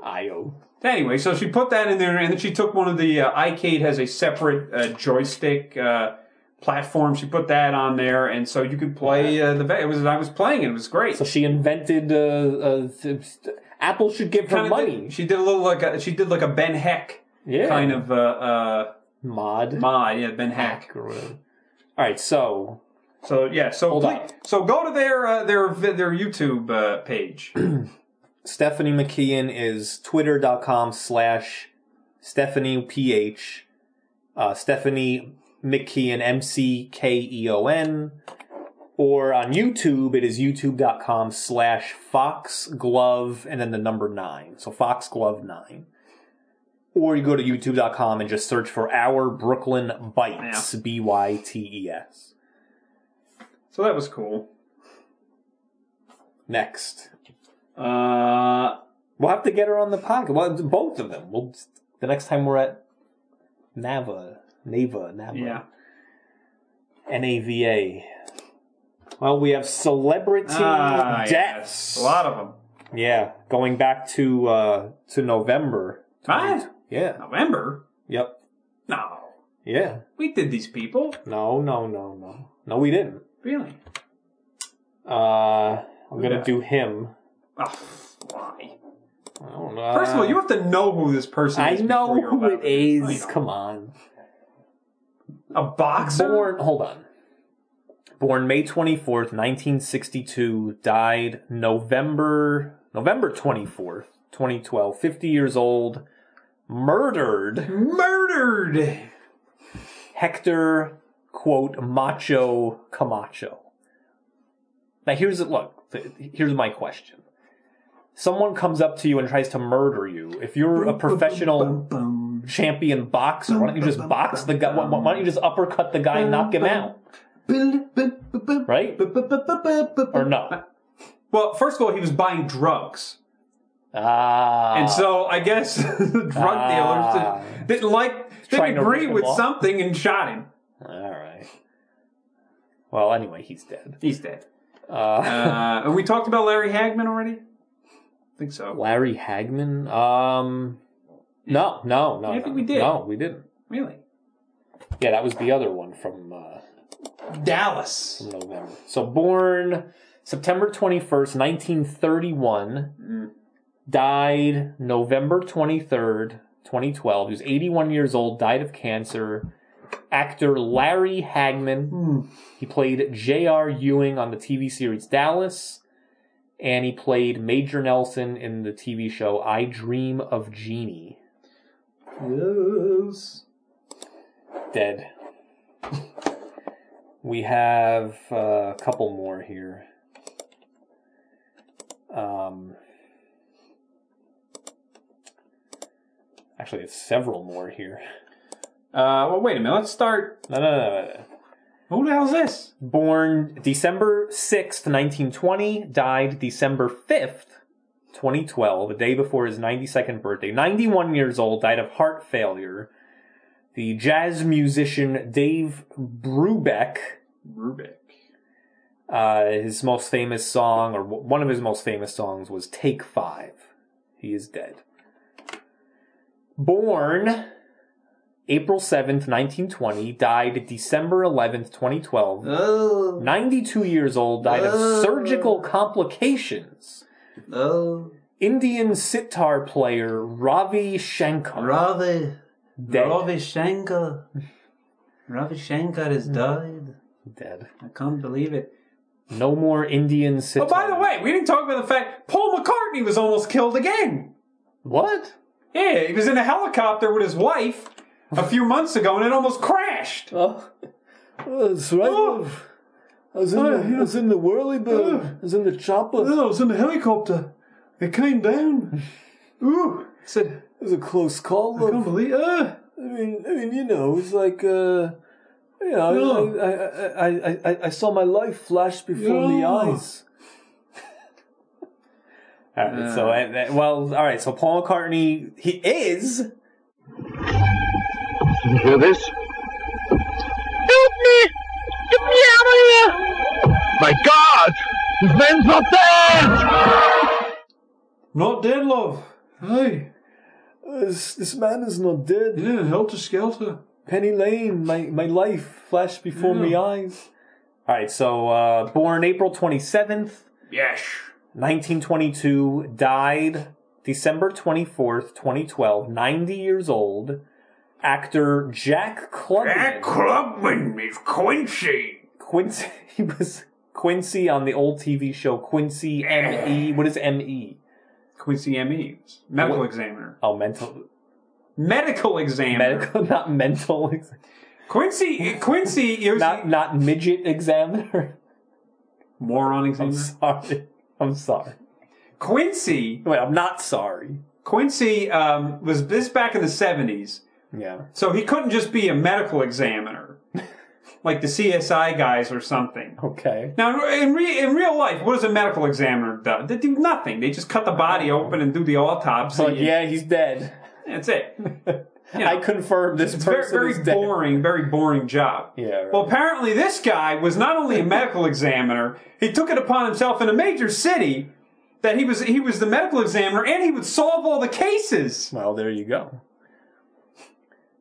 Speaker 2: IO.
Speaker 3: Anyway, so she put that in there, and then she took one of the uh, iCade has a separate uh, joystick uh, platform. She put that on there, and so you could play uh, the. It was I was playing it. It was great.
Speaker 2: So she invented. Uh, uh, th- th- Apple should give her
Speaker 3: Kinda
Speaker 2: money.
Speaker 3: Did, she did a little like a, she did like a Ben Heck
Speaker 2: yeah.
Speaker 3: kind of uh, uh,
Speaker 2: mod.
Speaker 3: mod. Yeah, Ben Heck.
Speaker 2: or whatever. All right, so
Speaker 3: So yeah, so
Speaker 2: Hold
Speaker 3: please-
Speaker 2: on.
Speaker 3: so go to their uh, their vi- their YouTube uh, page.
Speaker 2: Stephanie McKeon is twitter.com slash Stephanie PH. Uh, Stephanie McKeon, M C K E O N. Or on YouTube, it is youtube.com slash Fox Glove and then the number nine. So Fox Glove nine. Or you go to youtube.com and just search for Our Brooklyn Bites, B Y T E S.
Speaker 3: So that was cool.
Speaker 2: Next.
Speaker 3: Uh,
Speaker 2: We'll have to get her on the podcast. Well, both of them. We'll the next time we're at Nava, Nava, Nava,
Speaker 3: yeah.
Speaker 2: N A V A. Well, we have celebrity
Speaker 3: Ah,
Speaker 2: deaths.
Speaker 3: yes. A lot of them.
Speaker 2: Yeah, going back to uh to November.
Speaker 3: What?
Speaker 2: Yeah.
Speaker 3: November?
Speaker 2: Yep.
Speaker 3: No.
Speaker 2: Yeah.
Speaker 3: We did these people.
Speaker 2: No. No. No. No. No, we didn't.
Speaker 3: Really?
Speaker 2: Uh, I'm gonna
Speaker 3: Yeah.
Speaker 2: do him.
Speaker 3: Oh, why?
Speaker 2: I don't know.
Speaker 3: First of all, you have to know who this person
Speaker 2: Uh, I
Speaker 3: is.
Speaker 2: know
Speaker 3: before you're
Speaker 2: who
Speaker 3: allowed
Speaker 2: it
Speaker 3: to- No, you
Speaker 2: is.
Speaker 3: don't.
Speaker 2: Come on.
Speaker 3: A boxer?
Speaker 2: Born, hold on. Born May 24th, 1962, died November November 24th, 2012, 50 years old, murdered
Speaker 3: Murdered!
Speaker 2: Hector quote Macho Camacho. Now here's a look, th- here's my question. someone comes up to you and tries to murder you, if you're a professional champion boxer, why don't you just box the guy? Why why don't you just uppercut the guy and knock him out? Right? Or no?
Speaker 3: Well, first of all, he was buying drugs.
Speaker 2: Ah.
Speaker 3: And so I guess the drug
Speaker 2: Ah.
Speaker 3: dealers didn't, didn't like,
Speaker 2: Trying
Speaker 3: didn't
Speaker 2: to
Speaker 3: agree
Speaker 2: rip him
Speaker 3: with
Speaker 2: off.
Speaker 3: something and shot him.
Speaker 2: All right. Well, anyway, he's dead.
Speaker 3: He's dead.
Speaker 2: Uh,
Speaker 3: Uh, we talked about Larry Hagman already? I think so.
Speaker 2: Larry Hagman? Um, no, no, no.
Speaker 3: I think
Speaker 2: no.
Speaker 3: we did.
Speaker 2: No, we didn't.
Speaker 3: Really?
Speaker 2: Yeah, that was the other one from uh,
Speaker 3: Dallas.
Speaker 2: November. So born September 21st, 1931. Died November 23rd, 2012. He was 81 years old, died of cancer. Actor Larry Hagman. He played J.R. Ewing on the TV series Dallas. And he played Major Nelson in the TV show I Dream of Jeannie.
Speaker 3: Yes.
Speaker 2: dead. We have uh, a couple more here. Um, actually, it's several more here.
Speaker 3: Uh, well, wait a minute. Let's start.
Speaker 2: No, no, no, no, no.
Speaker 3: Who the hell's this?
Speaker 2: Born December 6th, 1920, died December 5th, 2012, the day before his 92nd birthday. 91 years old, died of heart failure. The jazz musician Dave Brubeck
Speaker 3: Rubik.
Speaker 2: Uh, his most famous song, or w- one of his most famous songs, was Take Five. He is dead. Born April 7th, 1920, died December 11th, 2012. Oh. 92 years old, died
Speaker 3: Uh.
Speaker 2: of surgical complications.
Speaker 9: Oh,
Speaker 2: Indian sitar player Ravi Shankar.
Speaker 9: Ravi,
Speaker 2: dead.
Speaker 9: Ravi Shankar. Ravi Shankar has died.
Speaker 2: Dead.
Speaker 9: I can't believe it.
Speaker 2: No more Indian sitar.
Speaker 3: Oh, by the way, we didn't talk about the fact Paul McCartney was almost killed again.
Speaker 2: What?
Speaker 3: Yeah, he was in a helicopter with his wife a few months ago and it almost crashed. Oh,
Speaker 2: Oh, that's right. I was in the, I was in the whirly bird. I was in the chopper.
Speaker 3: I was in the helicopter. It came down. Ooh. Said,
Speaker 2: It was a close call.
Speaker 3: I
Speaker 2: love.
Speaker 3: can't believe uh,
Speaker 2: I mean, I mean, you know, it's like, uh, you know, I, I, I, I, I, I saw my life flash before the
Speaker 3: No.
Speaker 2: eyes. All right, so uh, that- well, all right. So Paul McCartney, he is
Speaker 9: You hear this? Help me! Get me out of here! My God! The man's not dead!
Speaker 3: Not dead, love. Hey,
Speaker 2: this, this man is not dead.
Speaker 3: yeah, helter skelter.
Speaker 2: Penny Lane, my my life flashed before my eyes. All right, so uh, born April twenty seventh,
Speaker 3: Yes.
Speaker 2: 1922, died December 24th, 2012, 90 years old. Actor Jack Klugman.
Speaker 3: Clubman is Quincy.
Speaker 2: Quincy. He was Quincy on the old TV show Quincy M.E. What is M.E.?
Speaker 3: Quincy ME, medical examiner.
Speaker 2: Oh, mental.
Speaker 3: Medical examiner.
Speaker 2: Medical, not mental. ex-
Speaker 3: Quincy, Quincy, he was
Speaker 2: Not, not midget examiner.
Speaker 3: moron
Speaker 2: I'm
Speaker 3: examiner.
Speaker 2: sorry. I'm sorry.
Speaker 3: Quincy,
Speaker 2: Wait, I'm not sorry.
Speaker 3: Quincy um, was this back in the seventies,
Speaker 2: Yeah.
Speaker 3: so he couldn't just be a medical examiner, like the CSI guys or something.
Speaker 2: Okay.
Speaker 3: Now, in, re- in real life, what does a medical examiner do? They do nothing. They just cut the body open and do the autopsy.
Speaker 2: So, yeah, he's dead.
Speaker 3: That's it.
Speaker 2: I confirm this
Speaker 3: It's very,
Speaker 2: person
Speaker 3: very
Speaker 2: is dead.
Speaker 3: boring, very boring job.
Speaker 2: Yeah, right.
Speaker 3: Well, apparently this guy was not only a medical examiner, he took it upon himself in a major city that he was he was the medical examiner and he would solve all the cases.
Speaker 2: Well, there you go.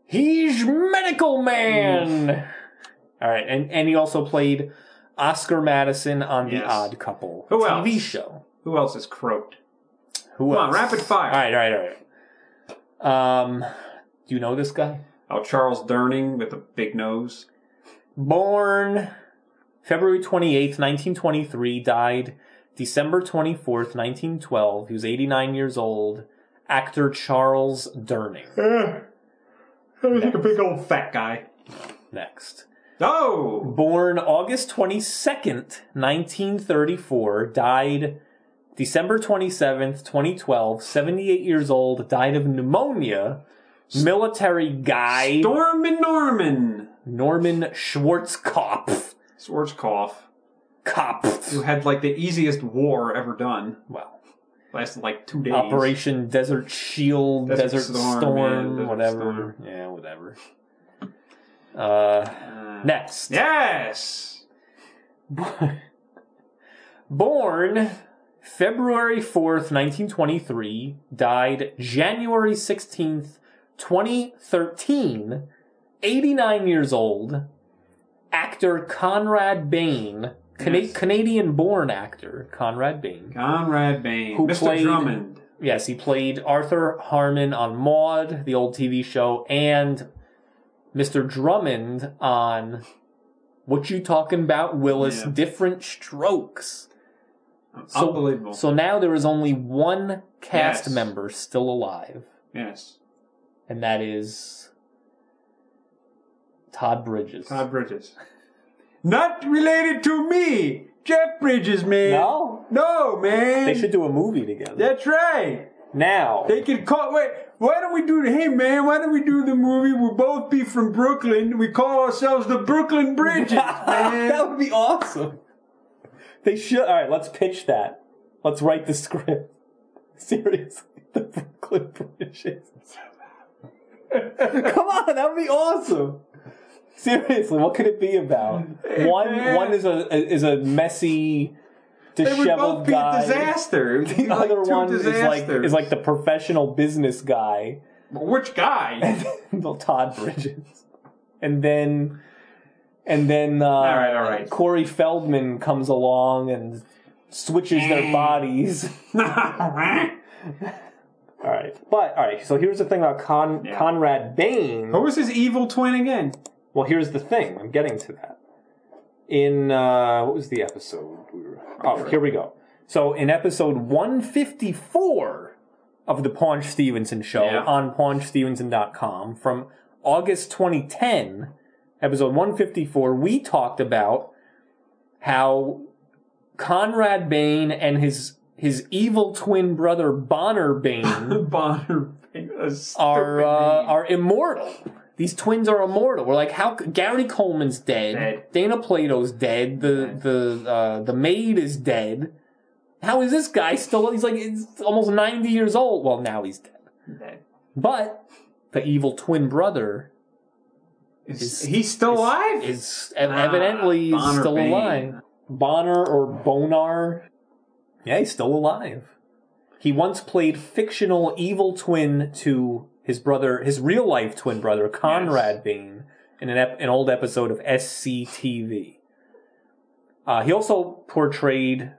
Speaker 2: He's medical man. All right, and and he also played Oscar Madison on The
Speaker 3: Yes.
Speaker 2: Odd Couple
Speaker 3: Who
Speaker 2: TV
Speaker 3: else?
Speaker 2: show.
Speaker 3: Who else is croaked?
Speaker 2: Who
Speaker 3: Come on,
Speaker 2: else?
Speaker 3: rapid fire.
Speaker 2: All right, all right, all right. Um, do you know this guy?
Speaker 3: Oh, Charles Durning with the big nose.
Speaker 2: Born February twenty eighth, nineteen twenty three. Died December twenty fourth, nineteen twelve. He was eighty nine years old. Actor Charles Durning.
Speaker 3: Yeah. He's like a big old fat guy.
Speaker 2: Next.
Speaker 3: Oh,
Speaker 2: Born August 22nd, 1934, died December 27th, 2012, 78 years old, died of pneumonia. Military guy
Speaker 3: Norman Norman
Speaker 2: Norman Schwarzkopf.
Speaker 3: Schwarzkopf, who
Speaker 2: Kopf.
Speaker 3: had like the easiest war ever done,
Speaker 2: Well,
Speaker 3: lasted like two days.
Speaker 2: Operation Desert Shield,
Speaker 3: Desert
Speaker 2: Desert,
Speaker 3: Storm,
Speaker 2: Storm,
Speaker 3: yeah, Desert
Speaker 2: whatever.
Speaker 3: Storm.
Speaker 2: Yeah, whatever. Uh,
Speaker 3: Uh,
Speaker 2: next.
Speaker 3: Yes.
Speaker 2: Born February 4th, 1923, died January 16th, 2013, 89 years old, actor Conrad Bain, Cana-
Speaker 3: Yes.
Speaker 2: Canadian born actor Conrad Bain.
Speaker 3: Conrad Bain,
Speaker 2: Who
Speaker 3: Mr.
Speaker 2: played-
Speaker 3: Drummond.
Speaker 2: Yes, he played Arthur Harmon on Maud, the old TV show, and Mr. Drummond on What You Talking About, Willis,
Speaker 3: Yeah.
Speaker 2: Different Strokes.
Speaker 3: Unbelievable.
Speaker 2: So now there is only one cast
Speaker 3: Yes.
Speaker 2: member still alive,
Speaker 3: yes.
Speaker 2: and that is Todd Bridges.
Speaker 3: Todd Bridges. Not related to me, Jeff Bridges, man.
Speaker 2: No?
Speaker 3: No, man.
Speaker 2: They should do a movie together.
Speaker 3: That's right.
Speaker 2: Now.
Speaker 3: They can call. Wait, why don't we do? Hey, man, why don't we do the movie? We'll both be from Brooklyn. We call ourselves the Brooklyn Bridges,
Speaker 2: that
Speaker 3: man.
Speaker 2: would be awesome. They should. All right, let's pitch that. Let's write the script. Seriously, the Brooklyn Bridges. Come on, that would be awesome. Seriously, what could it be about? One
Speaker 3: man.
Speaker 2: one is a is a messy,
Speaker 3: they
Speaker 2: disheveled
Speaker 3: would both be
Speaker 2: guy.
Speaker 3: a disaster. It would be
Speaker 2: The other
Speaker 3: like two
Speaker 2: one is like
Speaker 3: disasters.
Speaker 2: is like the professional business guy,
Speaker 3: which guy?
Speaker 2: Uh, Todd Bridges, and then and then uh, all
Speaker 3: right, all right.
Speaker 2: Corey Feldman comes along and switches their bodies. All right, but all right. So here's the thing about Con-
Speaker 3: Yeah.
Speaker 2: Conrad Bain.
Speaker 3: Who was his evil twin again?
Speaker 2: Well, here's the thing. I'm getting to that. In uh, what was the episode? We were, oh, here we go. So in episode 154 of the Paunch Stevenson show
Speaker 3: Yeah.
Speaker 2: on paunchstevenson.com from August 2010, episode 154, we talked about how Conrad Bain and his his evil twin brother Bonner Bain
Speaker 3: Bonner. a stupid
Speaker 2: are uh,
Speaker 3: name.
Speaker 2: are immortal. These twins are immortal. We're like, how? c- Gary Coleman's dead.
Speaker 3: Dead.
Speaker 2: Dana Plato's dead. The the uh, the maid is dead. How is this guy still? He's like it's almost ninety years old. Well, now he's dead. But the evil twin brother
Speaker 3: Is he still alive?
Speaker 2: is ev- evidently
Speaker 3: Ah, Bonner
Speaker 2: still
Speaker 3: Bane.
Speaker 2: alive. Bonner or Bonar? Yeah, he's still alive. He once played fictional evil twin to his brother, his real life twin brother Conrad Bain, in an, ep- an old episode of SCTV. Uh, he also portrayed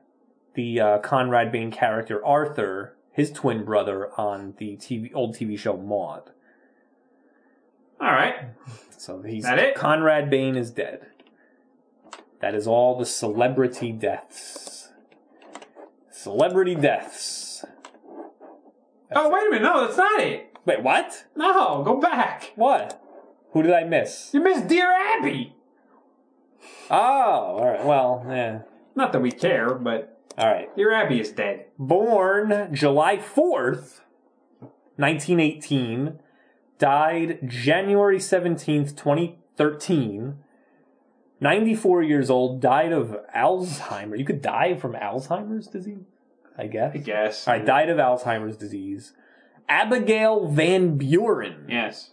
Speaker 2: the uh, Conrad Bain character Arthur, his twin brother, on the TV old TV show Maud.
Speaker 3: All right.
Speaker 2: So he's
Speaker 3: That it?
Speaker 2: Conrad Bain is dead. That is all the celebrity deaths. Celebrity deaths.
Speaker 3: Oh wait a minute. No, that's not it.
Speaker 2: Wait, what?
Speaker 3: No, go back.
Speaker 2: What? Who did I miss?
Speaker 3: You missed Dear Abby.
Speaker 2: Oh, all right. Well, yeah.
Speaker 3: Not that we care, but
Speaker 2: All right.
Speaker 3: Dear Abby is dead.
Speaker 2: Born July 4th, 1918, died January 17th, 2013. 94 years old, died of Alzheimer. You could die from Alzheimer's disease, I guess.
Speaker 3: I guess.
Speaker 2: I died of Alzheimer's disease. Abigail Van Buren.
Speaker 3: Yes.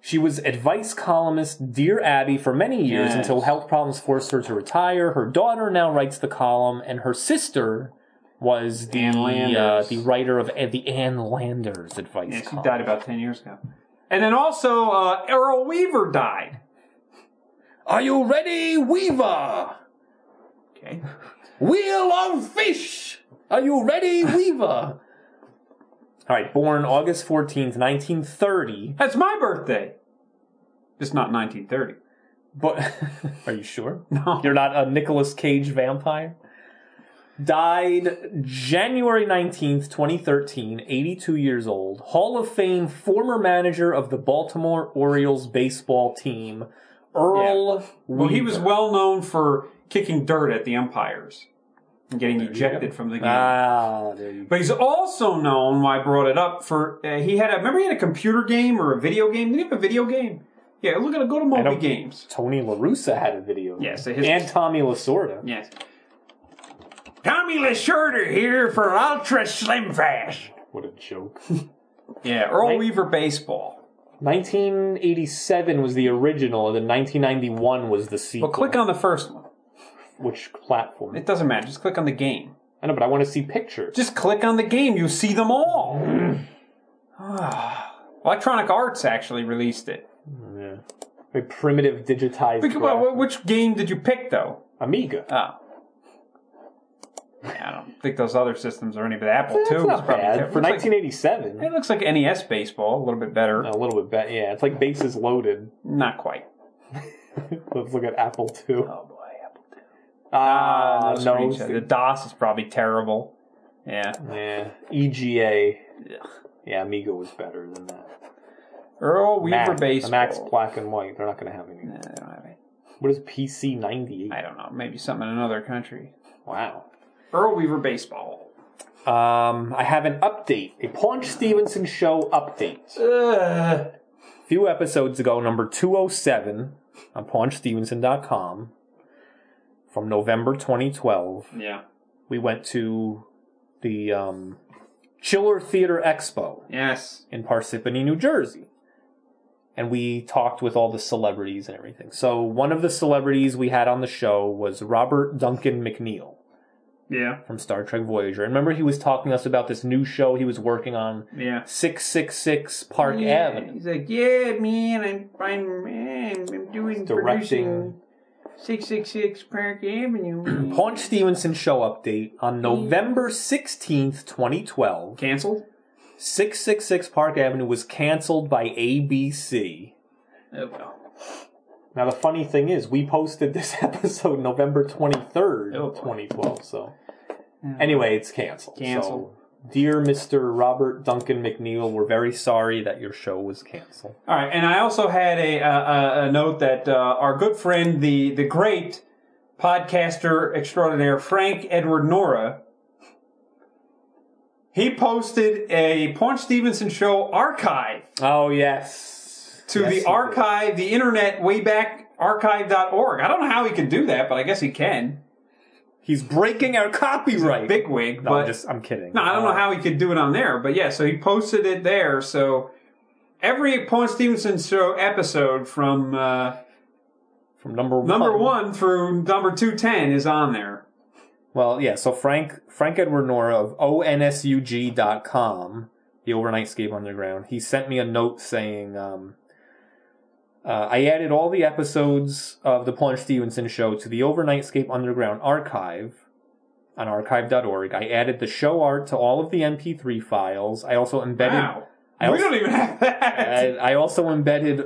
Speaker 2: She was advice columnist Dear Abby for many years
Speaker 3: Yes.
Speaker 2: until health problems forced her to retire. Her daughter now writes the column, and her sister was the
Speaker 3: Ann
Speaker 2: uh,
Speaker 3: Landers.
Speaker 2: the writer of uh, the Ann Landers advice.
Speaker 3: Yeah, she
Speaker 2: column.
Speaker 3: died about ten years ago. And then also uh, Errol Weaver died.
Speaker 2: Are you ready, Weaver?
Speaker 3: Okay.
Speaker 2: Wheel of Fish! Are you ready, Weaver? All right, born August 14th, 1930.
Speaker 3: That's my birthday. It's not 1930.
Speaker 2: But are you sure?
Speaker 3: No.
Speaker 2: You're not a Nicolas Cage vampire? Died January 19th, 2013, 82 years old. Hall of Fame former manager of the Baltimore Orioles baseball team, Earl
Speaker 3: Well, he was
Speaker 2: Weaver.
Speaker 3: well known for kicking dirt at the umpires. and getting ejected from the game.
Speaker 2: Ah, there you
Speaker 3: But he's also known, why I brought it up, for uh, he had a, remember he had a computer game or a video game? Did he have a video game? Yeah, look at a go to Moby
Speaker 2: don't-
Speaker 3: Games.
Speaker 2: Tony LaRussa had a video.
Speaker 3: Yes, his-
Speaker 2: and Tommy Lasorda.
Speaker 3: Yes. Tommy Lasorda here for Ultra Slim Fast.
Speaker 2: What a joke.
Speaker 3: Yeah, Earl
Speaker 2: Right.
Speaker 3: Weaver Baseball.
Speaker 2: 1987 was the original, and then 1991 was the sequel.
Speaker 3: But click on the first one.
Speaker 2: which platform?
Speaker 3: It doesn't matter. Just click on the game.
Speaker 2: I know, but I want to see pictures.
Speaker 3: Just click on the game. You see them all. Electronic Arts actually released it.
Speaker 2: Yeah. A primitive digitized.
Speaker 3: Think about
Speaker 2: graphic.
Speaker 3: wh- which game did you pick though?
Speaker 2: Amiga.
Speaker 3: Oh. I don't think those other systems are any, but Apple
Speaker 2: That's
Speaker 3: II is
Speaker 2: not
Speaker 3: probably
Speaker 2: bad for
Speaker 3: It looks like-
Speaker 2: 1987.
Speaker 3: It looks like NES baseball, a little bit better.
Speaker 2: a little bit better. Yeah, it's like bases loaded.
Speaker 3: Not quite.
Speaker 2: Let's look at Apple II.
Speaker 3: Oh boy, Apple II.
Speaker 2: Ah,
Speaker 3: Ah,
Speaker 2: no.
Speaker 3: no. screenshot. The DOS is probably terrible. Yeah.
Speaker 2: Yeah, EGA. Yeah, Amiga was better than that.
Speaker 3: Earl Weaver
Speaker 2: Mac, the
Speaker 3: baseball.
Speaker 2: Mac's black and white. They're not going to have any.
Speaker 3: Nah, they don't have it.
Speaker 2: What is PC 98?
Speaker 3: I don't know. Maybe something in another country.
Speaker 2: Wow.
Speaker 3: Earl Weaver baseball.
Speaker 2: Um, I have an update, a Paunch Stevenson show update.
Speaker 3: Ugh.
Speaker 2: A few episodes ago, number 207 on paunchstevenson.com from November 2012,
Speaker 3: Yeah.
Speaker 2: we went to the um, Chiller Theater Expo
Speaker 3: Yes.
Speaker 2: in Parsippany, New Jersey. And we talked with all the celebrities and everything. So, one of the celebrities we had on the show was Robert Duncan McNeil
Speaker 3: Yeah.
Speaker 2: from Star Trek Voyager. And remember, he was talking to us about this new show he was working on,
Speaker 3: Yeah.
Speaker 2: 666 Park Avenue.
Speaker 3: He's like, yeah, man, I'm, I'm, man, I'm doing
Speaker 2: Directing.
Speaker 3: producing 666 Park Avenue. man."
Speaker 2: Paunch Stevenson show update
Speaker 3: Hmm.
Speaker 2: on November 16th, 2012.
Speaker 3: Canceled?
Speaker 2: 666 Park Avenue was canceled by ABC.
Speaker 3: Oh, well.
Speaker 2: Now, the funny thing is, we posted this episode November 23rd,
Speaker 3: Oh, boy. Hmm.
Speaker 2: 2012. So, anyway, it's canceled.
Speaker 3: Canceled.
Speaker 2: So, dear Mr. Robert Duncan McNeil, we're very sorry that your show was canceled.
Speaker 3: All right, and I also had a, uh, a, a note that uh, our good friend, the the great podcaster extraordinaire Frank Edward Nora, he posted a Paunch Stevenson show archive
Speaker 2: Oh, yes.
Speaker 3: to
Speaker 2: Yes, he
Speaker 3: the
Speaker 2: did.
Speaker 3: archive, the internet way back archive.org. I don't know how he can do that, but I guess he can.
Speaker 2: He's breaking our copyright.
Speaker 3: Big wig,
Speaker 2: no,
Speaker 3: but
Speaker 2: I'm, just, I'm kidding.
Speaker 3: No, I don't know
Speaker 2: Uh,
Speaker 3: how he could do it on there, but yeah, so he posted it there. So every Paul Stevenson show episode from uh,
Speaker 2: From number one.
Speaker 3: number one through number two ten is on there.
Speaker 2: Well, yeah, so Frank Frank Edward Nora of ONSUG.com, the Overnight Scape Underground, he sent me a note saying, um, uh, I added all the episodes of The Paunch Stevenson Show to the Overnight Scape Underground archive on archive.org. I added the show art to all of the MP3 files. I also embedded.
Speaker 3: Wow,
Speaker 2: I
Speaker 3: we
Speaker 2: also,
Speaker 3: don't even have that.
Speaker 2: I, I also embedded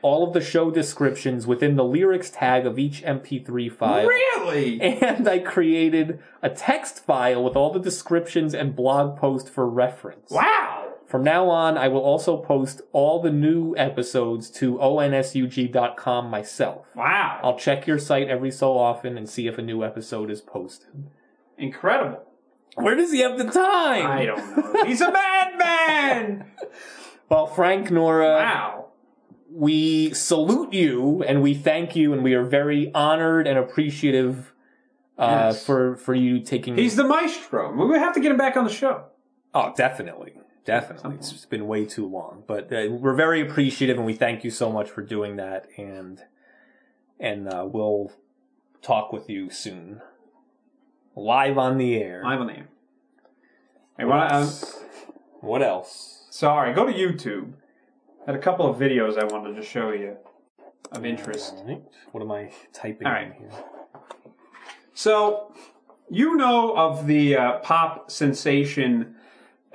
Speaker 2: all of the show descriptions within the lyrics tag of each MP3 file
Speaker 3: really?
Speaker 2: and I created a text file with all the descriptions and blog post for reference.
Speaker 3: Wow.
Speaker 2: From now on, I will also post all the new episodes to onsug.com myself.
Speaker 3: Wow.
Speaker 2: I'll check your site every so often and see if a new episode is posted.
Speaker 3: Incredible.
Speaker 2: Where does he have the time?
Speaker 3: I don't know. He's a madman.
Speaker 2: Well, Frank Nora,
Speaker 3: Wow.
Speaker 2: we salute you and we thank you and we are very honored and appreciative uh,
Speaker 3: Yes.
Speaker 2: for for you taking
Speaker 3: He's the maestro. We would have to get him back on the show.
Speaker 2: Oh, definitely. Definitely. It's been way too long, but uh, we're very appreciative and we thank you so much for doing that and and uh, we'll talk with you soon. Live on the air.
Speaker 3: Live on the air. Hey, why don't-
Speaker 2: What else?
Speaker 3: Sorry, go to YouTube. Had a couple of videos I wanted to show you of interest.
Speaker 2: All right. What am I typing
Speaker 3: All right.
Speaker 2: in here?
Speaker 3: So, you know of the uh, pop sensation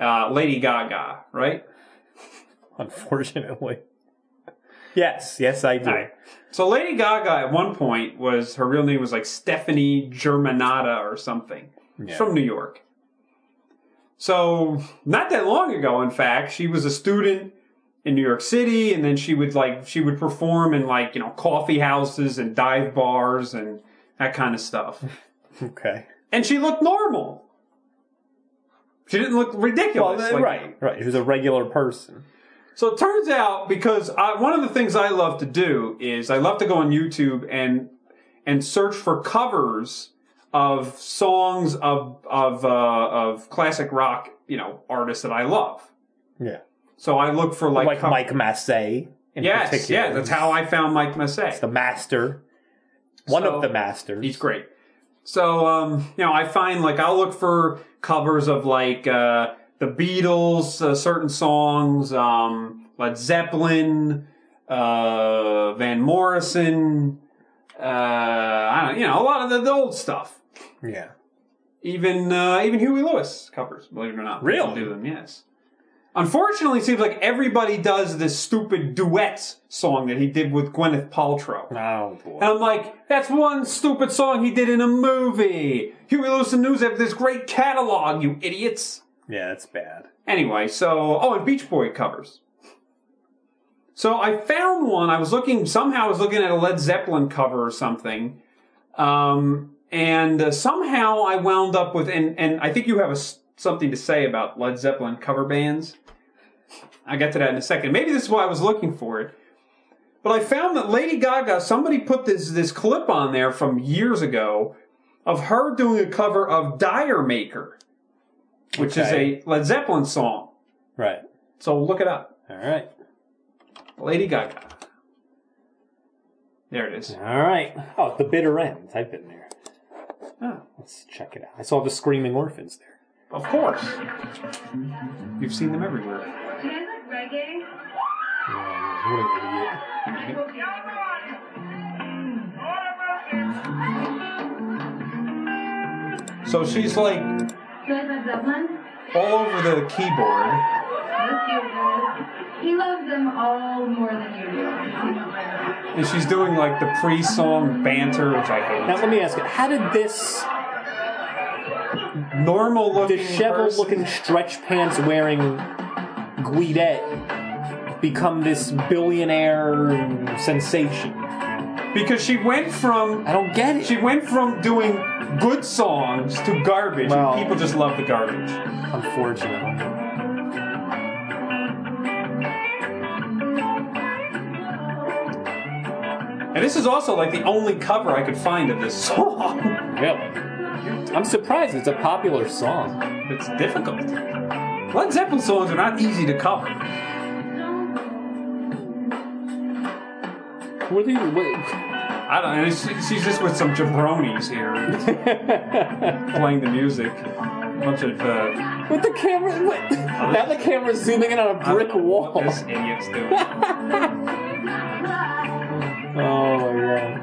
Speaker 3: uh, Lady Gaga, right?
Speaker 2: Unfortunately. yes, yes I do.
Speaker 3: All right. So, Lady Gaga at one point was her real name was like Stephanie Germanata or something. She's from New York. So, not that long ago, in fact, she was a student in New York City, and then she would like she would perform in like you know coffee houses and dive bars and that kind of stuff.
Speaker 2: Okay.
Speaker 3: and she looked normal. She didn't look ridiculous.
Speaker 2: Well,
Speaker 3: like-
Speaker 2: right, right. Who's a regular person?
Speaker 3: So it turns out because I, one of the things I love to do is I love to go on YouTube and and search for covers of songs of of uh, of classic rock, you know, artists that I love.
Speaker 2: Yeah,
Speaker 3: So I look for like,
Speaker 2: like
Speaker 3: co-
Speaker 2: Mike Massey. In
Speaker 3: Yes,
Speaker 2: particular.
Speaker 3: yeah, that's how I found Mike Massey.
Speaker 2: the master. One
Speaker 3: So-
Speaker 2: of the masters.
Speaker 3: He's great. So um, you know, I find like I'll look for covers of like uh, the Beatles, uh, certain songs, um, Led Zeppelin, uh, Van Morrison. Uh, I don't, you know, a lot of the, the old stuff.
Speaker 2: Yeah.
Speaker 3: Even uh, even Huey Lewis covers, believe it or not. People
Speaker 2: Really?
Speaker 3: do them, yes. Unfortunately, it seems like everybody does this stupid duet song that he did with Gwyneth Paltrow.
Speaker 2: Oh boy.
Speaker 3: And I'm like, that's one stupid song he did in a movie. Huey Lewis and News have this great catalog, you idiots.
Speaker 2: Yeah, that's bad.
Speaker 3: Anyway, so oh, and Beach Boy covers. So I found one. I was looking somehow. I was looking at a Led Zeppelin cover or something, um, and uh, somehow I wound up with. And and I think you have a s something to say about Led Zeppelin cover bands. I get to that in a second. Maybe this is why I was looking for it. But I found that Lady Gaga. Somebody put this this clip on there from years ago of her doing a cover of Dire Maker, which
Speaker 2: Okay.
Speaker 3: is a Led Zeppelin song.
Speaker 2: Right.
Speaker 3: So look it up.
Speaker 2: All right.
Speaker 3: Lady Gaga. There it is.
Speaker 2: All right. Oh, the bitter end. I've been there.
Speaker 3: Oh,
Speaker 2: Let's check it out. I saw the screaming orphans there.
Speaker 3: of course. You've seen them everywhere.
Speaker 2: Yeah, what an idiot.
Speaker 3: So she's like all over the keyboard.
Speaker 10: He loves them all more than you do.
Speaker 3: And she's doing like the pre song banter, which I
Speaker 2: Now let me ask you: How did this
Speaker 3: hate. Normal looking.
Speaker 2: disheveled-looking, stretch pants-wearing Guidette become this billionaire sensation?
Speaker 3: Because she went from.
Speaker 2: I don't get it.
Speaker 3: She went from doing good songs to garbage,
Speaker 2: Well-
Speaker 3: and people just love the garbage.
Speaker 2: Unfortunately.
Speaker 3: And this is also like the only cover I could find of this song.
Speaker 2: Really. I'm surprised it's a popular song.
Speaker 3: It's difficult. Led Zeppelin songs are not easy to cover.
Speaker 2: Were they? What,
Speaker 3: I don't know. She's, she's just with some jabronis here playing the music. bunch of uh,
Speaker 2: with the camera? What? Now the camera's zooming in on a brick wall.
Speaker 3: What this idiot's doing.
Speaker 2: Oh my god.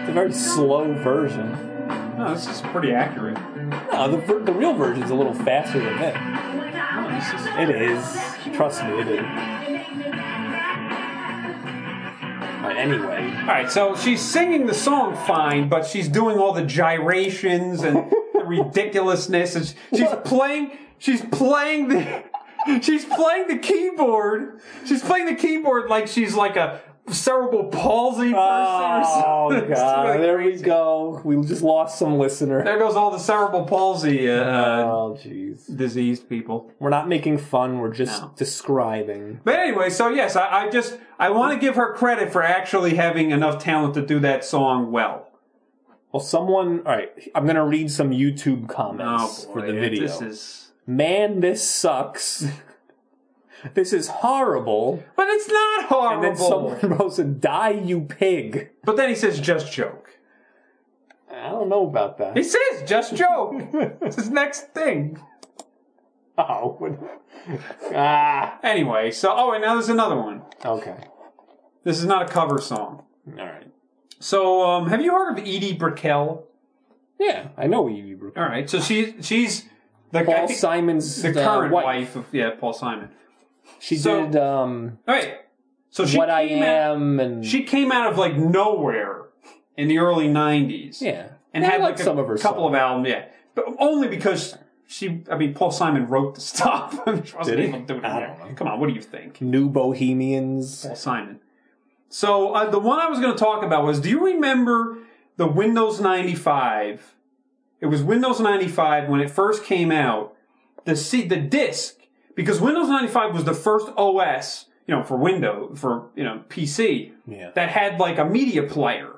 Speaker 2: It's a very slow version.
Speaker 3: no, this is pretty accurate.
Speaker 2: No, the, ver- the real version's a little faster than that.
Speaker 3: No, this is-
Speaker 2: It is. Trust me, it is. But anyway,
Speaker 3: All right, so she's singing the song fine, but she's doing all the gyrations and the ridiculousness, and she- she's playing. She's playing the. She's playing the keyboard. She's playing the keyboard like she's like a cerebral palsy person.
Speaker 2: oh
Speaker 3: or something. It's
Speaker 2: god,
Speaker 3: really
Speaker 2: there we
Speaker 3: crazy.
Speaker 2: go. We just lost some listener.
Speaker 3: There goes all the cerebral palsy uh, uh,
Speaker 2: Oh jeez,
Speaker 3: diseased people.
Speaker 2: we're not making fun. We're just
Speaker 3: No.
Speaker 2: describing.
Speaker 3: But anyway, so yes, I, I just I want to give her credit for actually having enough talent to do that song well.
Speaker 2: Well, someone. All right, I'm gonna read some YouTube comments for the
Speaker 3: Oh, boy,
Speaker 2: video.
Speaker 3: Uh, This is.
Speaker 2: man, this sucks. this is horrible.
Speaker 3: But it's not
Speaker 2: And
Speaker 3: horrible.
Speaker 2: then someone posted, die, you pig.
Speaker 3: But then he says, just joke.
Speaker 2: I don't know about that.
Speaker 3: He says, just joke. it's his next thing.
Speaker 2: Oh. what- ah.
Speaker 3: Anyway, so, oh, and now there's another one.
Speaker 2: Okay.
Speaker 3: This is not a cover song.
Speaker 2: All right.
Speaker 3: So, um, have you heard of Edie Brickell?
Speaker 2: Yeah, I know you were.
Speaker 3: All right, so she, she's the, I
Speaker 2: Paul
Speaker 3: think
Speaker 2: Simon's
Speaker 3: the
Speaker 2: uh,
Speaker 3: current
Speaker 2: wife.
Speaker 3: wife of, yeah, Paul Simon.
Speaker 2: She
Speaker 3: So-
Speaker 2: did um,
Speaker 3: All right, so she
Speaker 2: What I
Speaker 3: came out-
Speaker 2: Am and.
Speaker 3: she came out of like nowhere in the early 90s.
Speaker 2: yeah.
Speaker 3: And
Speaker 2: I
Speaker 3: had
Speaker 2: like
Speaker 3: like a
Speaker 2: some of her
Speaker 3: couple of
Speaker 2: songs.
Speaker 3: albums, yeah. But only because she, I mean, Paul Simon wrote the stuff. Did
Speaker 2: Did he?
Speaker 3: Doing it
Speaker 2: I
Speaker 3: there.
Speaker 2: don't know.
Speaker 3: Come on, what do you think?
Speaker 2: New Bohemians.
Speaker 3: Paul Simon. So uh, the one I was going to talk about was, do you remember the Windows 95? It was Windows 95 when it first came out. The C, the disk, because Windows 95 was the first OS, you know, for Windows, for, you know, PC,
Speaker 2: Yeah.
Speaker 3: that had like a media player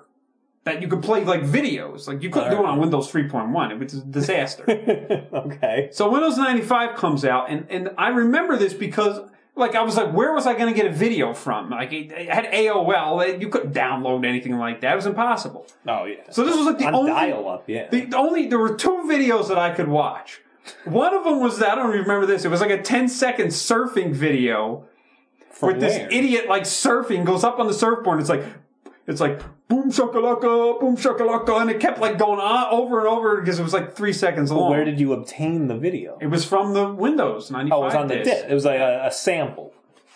Speaker 3: that you could play like videos. Like you couldn't do it on Windows 3.1. It was a disaster.
Speaker 2: Okay.
Speaker 3: so Windows 95 comes out and, and I remember this because like I was like, where was I going to get a video from? Like it, it had AOL. You couldn't download anything like that. It was impossible.
Speaker 2: Oh yeah.
Speaker 3: So this was like the
Speaker 2: On
Speaker 3: only
Speaker 2: dial-up, yeah.
Speaker 3: The only there were two videos that I could watch. One of them was I don't remember this. It was like a 10 second surfing video
Speaker 2: From
Speaker 3: with this
Speaker 2: where?
Speaker 3: idiot like surfing goes up on the surfboard. It's like it's like boom shakalaka, boom shakalaka, and it kept like going on over and over because it was like three seconds
Speaker 2: But
Speaker 3: long.
Speaker 2: where did you obtain the video?
Speaker 3: it was from the Windows 95.
Speaker 2: Oh, it was on the
Speaker 3: disk.
Speaker 2: disc. It was like a, a sample.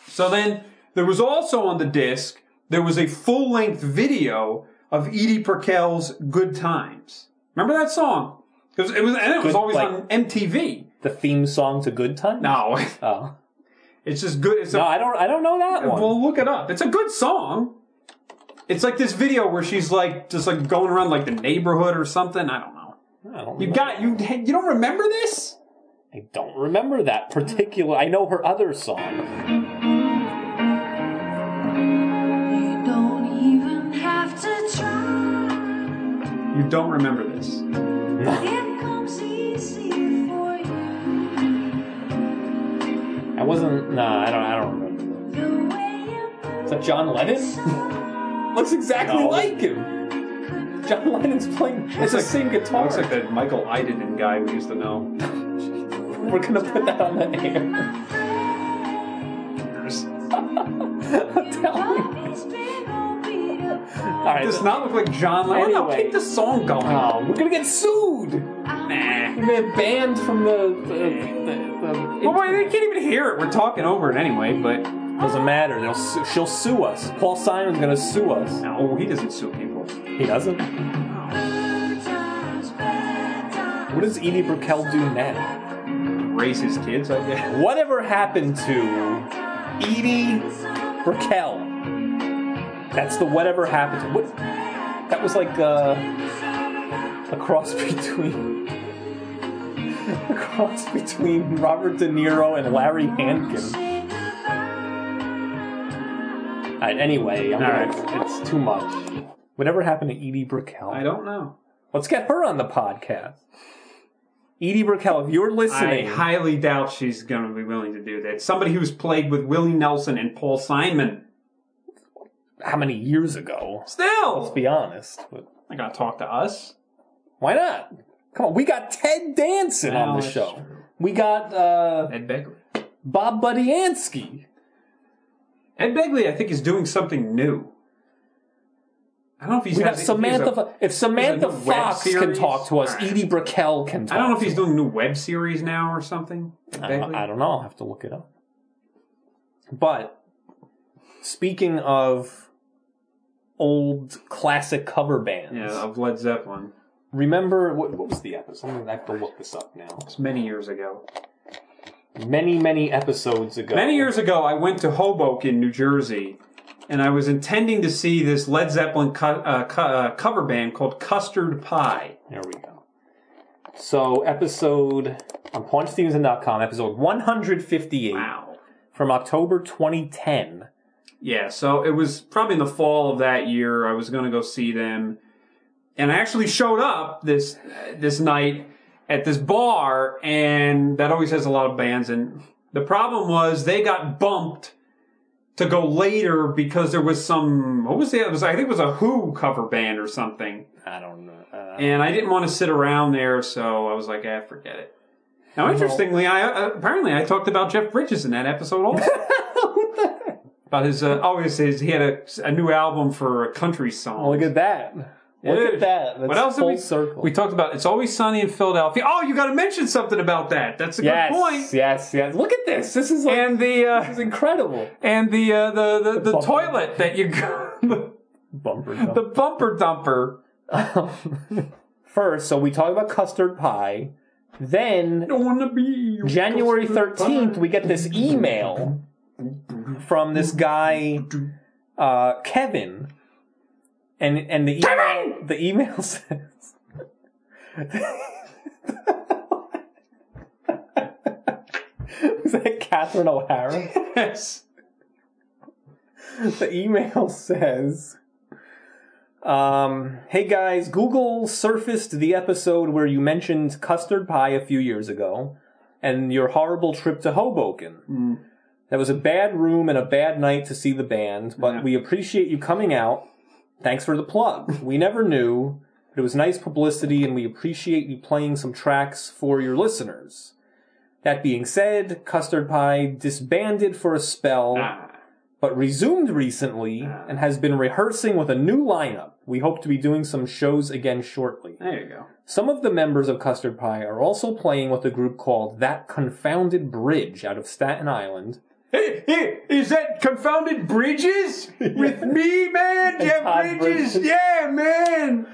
Speaker 3: So then there was also on the disc, there was a full length video of Edie Perkel's Good Times. Remember that song? It was, it was, and it was
Speaker 2: Good,
Speaker 3: always
Speaker 2: like-
Speaker 3: on MTV.
Speaker 2: The theme song to Good Times.
Speaker 3: No,
Speaker 2: Oh.
Speaker 3: it's just good. It's a,
Speaker 2: No, I don't. I don't know that one.
Speaker 3: Well, look it up. It's a good song. It's like this video where she's like, just like going around like the neighborhood or something. I don't know.
Speaker 2: I don't.
Speaker 3: You
Speaker 2: know.
Speaker 3: got, you, you don't remember this?
Speaker 2: I don't remember that particular. I know her other song.
Speaker 10: You don't even have to try.
Speaker 3: You don't remember this.
Speaker 10: It comes easy for you.
Speaker 2: I wasn't. No, I don't. I don't remember.
Speaker 10: The way you
Speaker 2: Is that John Lennon?
Speaker 3: Looks exactly
Speaker 2: No.
Speaker 3: like him.
Speaker 2: John Lennon's playing. It's
Speaker 3: Looks
Speaker 2: the
Speaker 3: like-
Speaker 2: same guitar.
Speaker 3: Looks like that Michael Idenen guy we used to know.
Speaker 2: We're gonna put that on the air.
Speaker 10: my friend.
Speaker 2: I'm telling you.
Speaker 10: Bobby's big old beat
Speaker 2: All
Speaker 10: up.
Speaker 2: right.
Speaker 3: does not look like John Lennon. No,
Speaker 2: Anyway.
Speaker 3: keep the song going.
Speaker 2: Oh, we're gonna get sued.
Speaker 3: Nah.
Speaker 2: We're gonna get banned from the. the, the, the
Speaker 3: Well, wait, they can't even hear it. We're talking over it anyway, but
Speaker 2: Doesn't matter. They'll su- she'll sue us. Paul Simon's gonna sue us.
Speaker 3: no, he doesn't sue people.
Speaker 2: He doesn't.
Speaker 10: Good times, bad times.
Speaker 2: What does Edie Brickell do now?
Speaker 3: Raise his kids, I guess.
Speaker 2: Whatever happened to Edie Brickell? That's the whatever happened. to. What? That was like uh, a cross between a cross between Robert De Niro and Larry Hankin. All right. Anyway, I'm
Speaker 3: All
Speaker 2: gonna, it's too much. Whatever happened to Edie Brickell?
Speaker 3: I don't know.
Speaker 2: Let's get her on the podcast. Edie Brickell, if you're
Speaker 3: I
Speaker 2: listening,
Speaker 3: highly doubt she's going to be willing to do that. Somebody who's played with Willie Nelson and Paul Simon.
Speaker 2: how many years ago? Let's
Speaker 3: Still,
Speaker 2: be honest. But
Speaker 3: I got to talk to us.
Speaker 2: why not? Come on, we got Ted Danson
Speaker 3: Well,
Speaker 2: on the
Speaker 3: that's
Speaker 2: show.
Speaker 3: true.
Speaker 2: We got uh,
Speaker 3: Ed Begley.
Speaker 2: Bob Budiansky.
Speaker 3: Ed Begley, I think, is doing something new. I don't know if he's
Speaker 2: We got
Speaker 3: had- if he's
Speaker 2: Samantha.
Speaker 3: a-
Speaker 2: Fo- if Samantha
Speaker 3: new web
Speaker 2: Fox can
Speaker 3: series?
Speaker 2: talk to us,
Speaker 3: All right.
Speaker 2: Edie Brickell can talk.
Speaker 3: I don't know if
Speaker 2: to
Speaker 3: he's doing a new web series now or something. Ed
Speaker 2: I don't,
Speaker 3: Begley?
Speaker 2: I don't know. I'll have to look it up. But speaking of old classic cover bands,
Speaker 3: Yeah, of Led Zeppelin.
Speaker 2: remember what, what was the episode? I'm gonna have to look this up now.
Speaker 3: It's many years ago.
Speaker 2: Many, many episodes ago.
Speaker 3: Many years ago, I went to Hoboken, New Jersey, and I was intending to see this Led Zeppelin co- uh, co- uh, cover band called Custard Pie.
Speaker 2: There we go. So episode on PawnStevenson.com, episode 158
Speaker 3: Wow.
Speaker 2: from October 2010.
Speaker 3: Yeah, so it was probably in the fall of that year. I was going to go see them, and I actually showed up this this night at this bar, and that always has a lot of bands. And the problem was they got bumped to go later because there was some what was the it was I think it was a Who cover band or something.
Speaker 2: I don't know. Uh,
Speaker 3: and I didn't want to sit around there, so I was like, "Ah, forget it." Now, interestingly, I uh, apparently I talked about Jeff Bridges in that episode also. About his, uh, oh, his, his, he had a, a new album for a country song.
Speaker 2: Oh, look at that. Look at that. That's
Speaker 3: what else
Speaker 2: full
Speaker 3: did we,
Speaker 2: circle.
Speaker 3: We talked about It's Always Sunny in Philadelphia. Oh, you got to mention something about that. That's a
Speaker 2: yes,
Speaker 3: good point.
Speaker 2: yes, yes. Look at this. This is like,
Speaker 3: And the,
Speaker 2: this
Speaker 3: uh,
Speaker 2: is incredible.
Speaker 3: and the, uh, the, the, the,
Speaker 2: bumper.
Speaker 3: toilet that you got,
Speaker 2: Bumper
Speaker 3: the bumper dumper.
Speaker 2: First, so we talk about custard pie. Then
Speaker 3: Don't want to be your
Speaker 2: January
Speaker 3: custard pie.
Speaker 2: 13th, we get this email from this guy uh, Kevin, and and the email, the email says was that Catherine O'Hara? Yes. The email says, um, "Hey guys, Google surfaced the episode where you mentioned custard pie a few years ago, and your horrible trip to Hoboken." That was a bad room and a bad night to see the band, but we appreciate you coming out. Thanks for the plug. We never knew, but it was nice publicity and we appreciate you playing some tracks for your listeners. That being said, Custard Pie disbanded for a spell, but resumed recently and has been rehearsing with a new lineup. We hope to be doing some shows again shortly.
Speaker 3: There you go.
Speaker 2: Some of the members of Custard Pie are also playing with a group called That Confounded Bridge out of Staten Island.
Speaker 3: Hey, hey, is that confounded Bridges with me, man?
Speaker 2: And
Speaker 3: Yeah,
Speaker 2: Todd
Speaker 3: Bridges.
Speaker 2: Bridges.
Speaker 3: Yeah, man.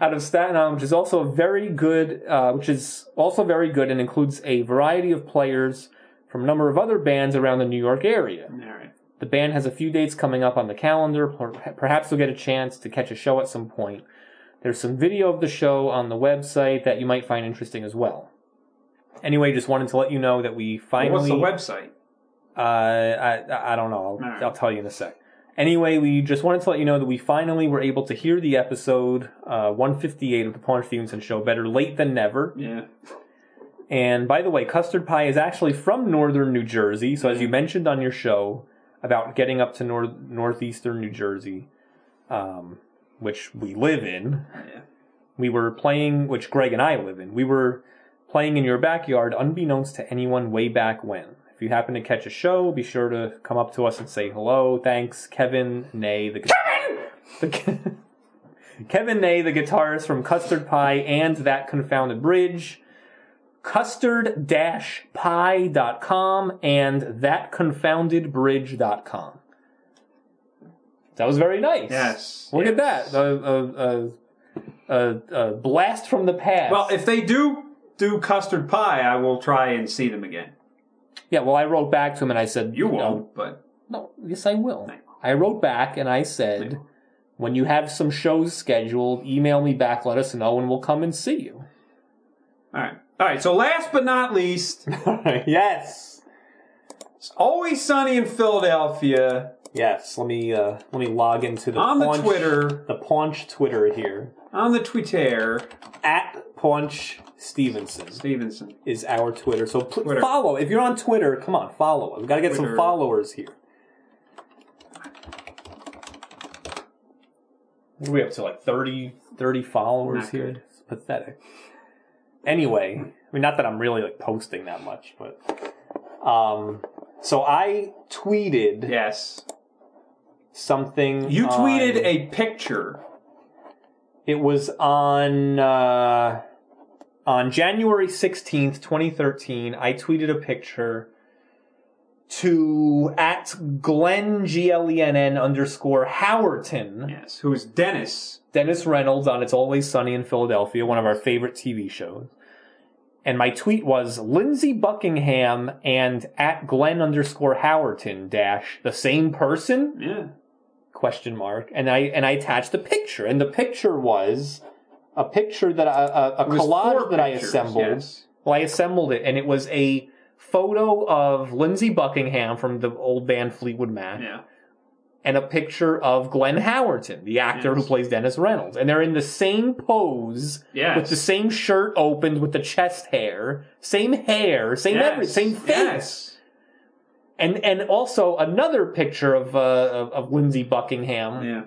Speaker 2: Out of Staten Island, which is also very good, uh, which is also very good and includes a variety of players from a number of other bands around the New York area.
Speaker 3: All right.
Speaker 2: The band has a few dates coming up on the calendar. Per- Perhaps you'll get a chance to catch a show at some point. There's some video of the show on the website that you might find interesting as well. Anyway, just wanted to let you know that we finally.
Speaker 3: What's the website?
Speaker 2: Uh, I I- I don't know. I'll, I'll tell you in a sec. Anyway, we just wanted to let you know that we finally were able to hear the episode uh, 158 of the Paunch Stevenson Show. Better late than never.
Speaker 3: Yeah.
Speaker 2: And by the way, custard pie is actually from northern New Jersey. So as you mentioned on your show about getting up to north northeastern New Jersey, um, which we live in, we were playing, which Greg and I live in. We were playing in your backyard, unbeknownst to anyone, way back when. If you happen to catch a show, be sure to come up to us and say hello. Thanks, Kevin Nay, the Kevin, the, Kevin Nay, the guitarist from Custard Pie and that confounded bridge custard-pie.com and thatconfoundedbridge.com. That was very nice.
Speaker 3: Yes.
Speaker 2: Look at that. A, a, a, a, a blast from the past.
Speaker 3: Well, if they do do custard pie, I will try and see them again.
Speaker 2: yeah, well, I wrote back to him and I said,
Speaker 3: You
Speaker 2: no.
Speaker 3: won't, but
Speaker 2: No, yes, I will. I wrote back and I said, when you have some shows scheduled, email me back, let us know, and we'll come and see you.
Speaker 3: all right, all right. So last but not least,
Speaker 2: yes.
Speaker 3: it's always sunny in Philadelphia
Speaker 2: Yes, let me uh, let me log into the
Speaker 3: on the
Speaker 2: Paunch-
Speaker 3: Twitter,
Speaker 2: the paunch Twitter here.
Speaker 3: on the Twitter,
Speaker 2: at Paunch Stevenson
Speaker 3: Stevenson.
Speaker 2: is our Twitter. So pl-
Speaker 3: Twitter.
Speaker 2: follow. If you're on Twitter, come on, follow. We've got to get some
Speaker 3: Twitter.
Speaker 2: followers here. What are we up to? Like 30, 30 followers
Speaker 3: Not
Speaker 2: here?
Speaker 3: good.
Speaker 2: It's pathetic. Anyway, I mean, not that I'm really like posting that much, but um, so I tweeted
Speaker 3: Yes,
Speaker 2: something.
Speaker 3: you
Speaker 2: on-
Speaker 3: tweeted a picture.
Speaker 2: It was on uh, on January sixteenth, twenty thirteen. I tweeted a picture to at Glenn G L E N N underscore Howerton
Speaker 3: Yes, who is Dennis?
Speaker 2: Dennis Reynolds on It's Always Sunny in Philadelphia, one of our favorite TV shows. And my tweet was Lindsey Buckingham and at Glenn underscore Howerton dash the same person
Speaker 3: Yeah,
Speaker 2: question mark and i and i attached a picture and the picture was a picture that I- a, a,
Speaker 3: It was
Speaker 2: collage
Speaker 3: four
Speaker 2: that i
Speaker 3: pictures,
Speaker 2: assembled
Speaker 3: yes.
Speaker 2: well i assembled it and it was a photo of lindsey buckingham from the old band fleetwood mac
Speaker 3: yeah.
Speaker 2: and a picture of glenn howerton the actor who
Speaker 3: Yes.
Speaker 2: plays dennis reynolds and they're in the same pose
Speaker 3: Yes.
Speaker 2: with the same shirt opened with the chest hair same hair same
Speaker 3: Yes.
Speaker 2: every same face
Speaker 3: Yes.
Speaker 2: and and also another picture of uh of, of lindsey buckingham
Speaker 3: Yeah.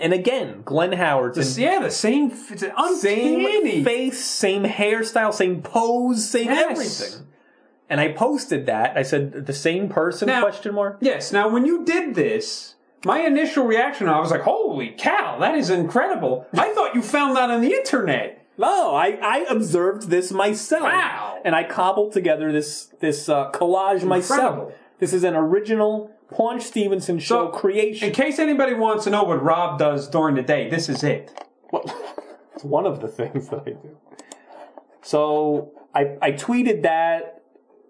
Speaker 2: and again, Glenn Howard,
Speaker 3: The, yeah, the same. f- It's an uncanny.
Speaker 2: same face, same hairstyle, same pose, same
Speaker 3: Yes.
Speaker 2: everything. And I posted that. I said the same person?
Speaker 3: Now-
Speaker 2: question mark.
Speaker 3: Yes. Now, when you did this, my initial reaction, I was like, "Holy cow, that is incredible!" I thought you found that on the internet.
Speaker 2: No, I, I observed this myself.
Speaker 3: Wow.
Speaker 2: And I cobbled together this this uh, collage myself.
Speaker 3: Incredible.
Speaker 2: This is an original Paunch Stevenson show
Speaker 3: So, In
Speaker 2: creation.
Speaker 3: case anybody wants to know what Rob does during the day, this is it.
Speaker 2: It's one of the things that I do. So I I tweeted that.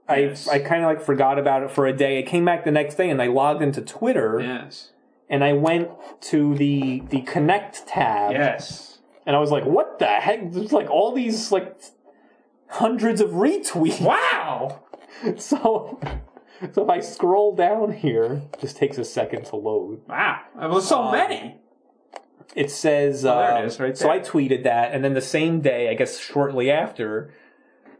Speaker 2: I
Speaker 3: Yes.
Speaker 2: I kind of like forgot about it for a day. I came back the next day and I logged into Twitter.
Speaker 3: Yes.
Speaker 2: and I went to the the Connect tab.
Speaker 3: Yes.
Speaker 2: And I was like, "What the heck?" There's like all these like hundreds of retweets.
Speaker 3: Wow.
Speaker 2: So, so if I scroll down here, just takes a second to load.
Speaker 3: Wow, there was so
Speaker 2: Um,
Speaker 3: many.
Speaker 2: It says.
Speaker 3: Oh, there it
Speaker 2: uh,
Speaker 3: is, right
Speaker 2: So
Speaker 3: there.
Speaker 2: I tweeted that, and then the same day, I guess shortly after.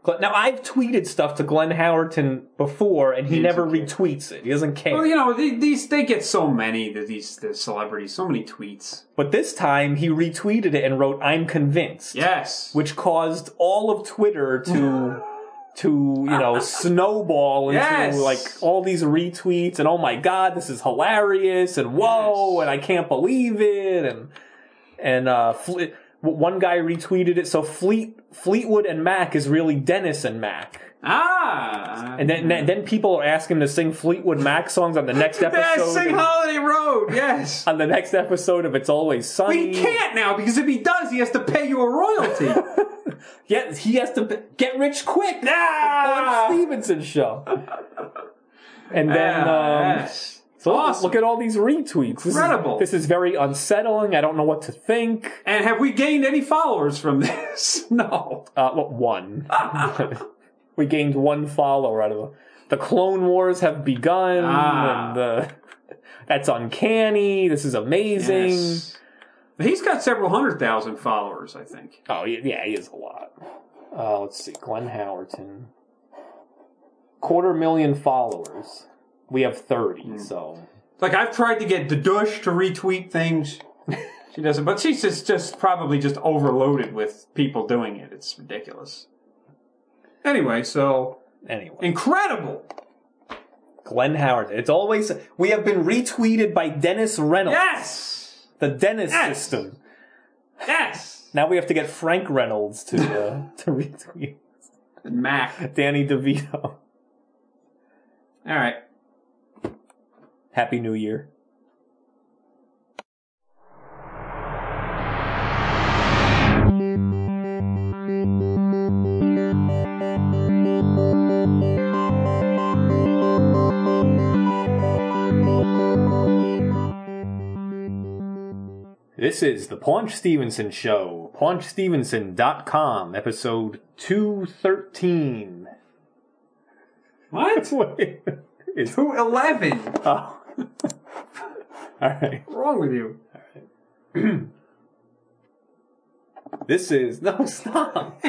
Speaker 2: Glenn- Now I've tweeted stuff to Glenn Howerton before, and he never retweets it. He doesn't care.
Speaker 3: Well, you know, they, these they get so many that these the celebrities, so many tweets.
Speaker 2: But this time he retweeted it and wrote, "I'm convinced."
Speaker 3: Yes.
Speaker 2: which caused all of Twitter to to you know snowball into
Speaker 3: Yes.
Speaker 2: like all these retweets and oh my god, this is hilarious and whoa and I can't believe it and and uh, Fle- one guy retweeted it so Fleet Fleetwood and Mac is really Dennis and Mac.
Speaker 3: Ah.
Speaker 2: And then, then people are asking him to sing Fleetwood Mac songs on the next
Speaker 3: yes,
Speaker 2: episode.
Speaker 3: sing Holiday Road. Yes.
Speaker 2: on the next episode of It's Always Sunny.
Speaker 3: But he can't now because if he does, he has to pay you a royalty.
Speaker 2: Yeah, he has to b- get rich quick.
Speaker 3: Ah!
Speaker 2: The Bob Stevenson show. and then,
Speaker 3: Ah,
Speaker 2: um,
Speaker 3: yes.
Speaker 2: so
Speaker 3: Awesome.
Speaker 2: look at all these retweets. This
Speaker 3: Incredible.
Speaker 2: Is, this is very unsettling. I don't know what to think.
Speaker 3: And have we gained any followers from this? no.
Speaker 2: Uh, well, one. we gained one follower out of the Clone Wars have begun,
Speaker 3: Ah.
Speaker 2: and uh, that's uncanny. This is amazing.
Speaker 3: Yes. He's got several hundred thousand followers, I think.
Speaker 2: Oh yeah, yeah, he is a lot. Uh, let's see, Glenn Howerton, quarter million followers. We have thirty, so
Speaker 3: Like I've tried to get the Dush to retweet things. She doesn't, but she's just, just probably just overloaded with people doing it. It's ridiculous. Anyway, so
Speaker 2: anyway,
Speaker 3: incredible.
Speaker 2: Glenn Howerton. It's always we have been retweeted by Dennis Reynolds,
Speaker 3: Yes,
Speaker 2: the Dennis
Speaker 3: Yes.
Speaker 2: system.
Speaker 3: yes.
Speaker 2: Now we have to get Frank Reynolds to uh, to retweet
Speaker 3: Mac.
Speaker 2: Danny DeVito.
Speaker 3: All right.
Speaker 2: Happy New Year. This is the Paunch Stevenson Show, paunchstevenson.com, episode 213.
Speaker 3: What?
Speaker 2: Wait, is-
Speaker 3: Two eleven. What's
Speaker 2: oh. All right.
Speaker 3: wrong with you?
Speaker 2: This is no stop.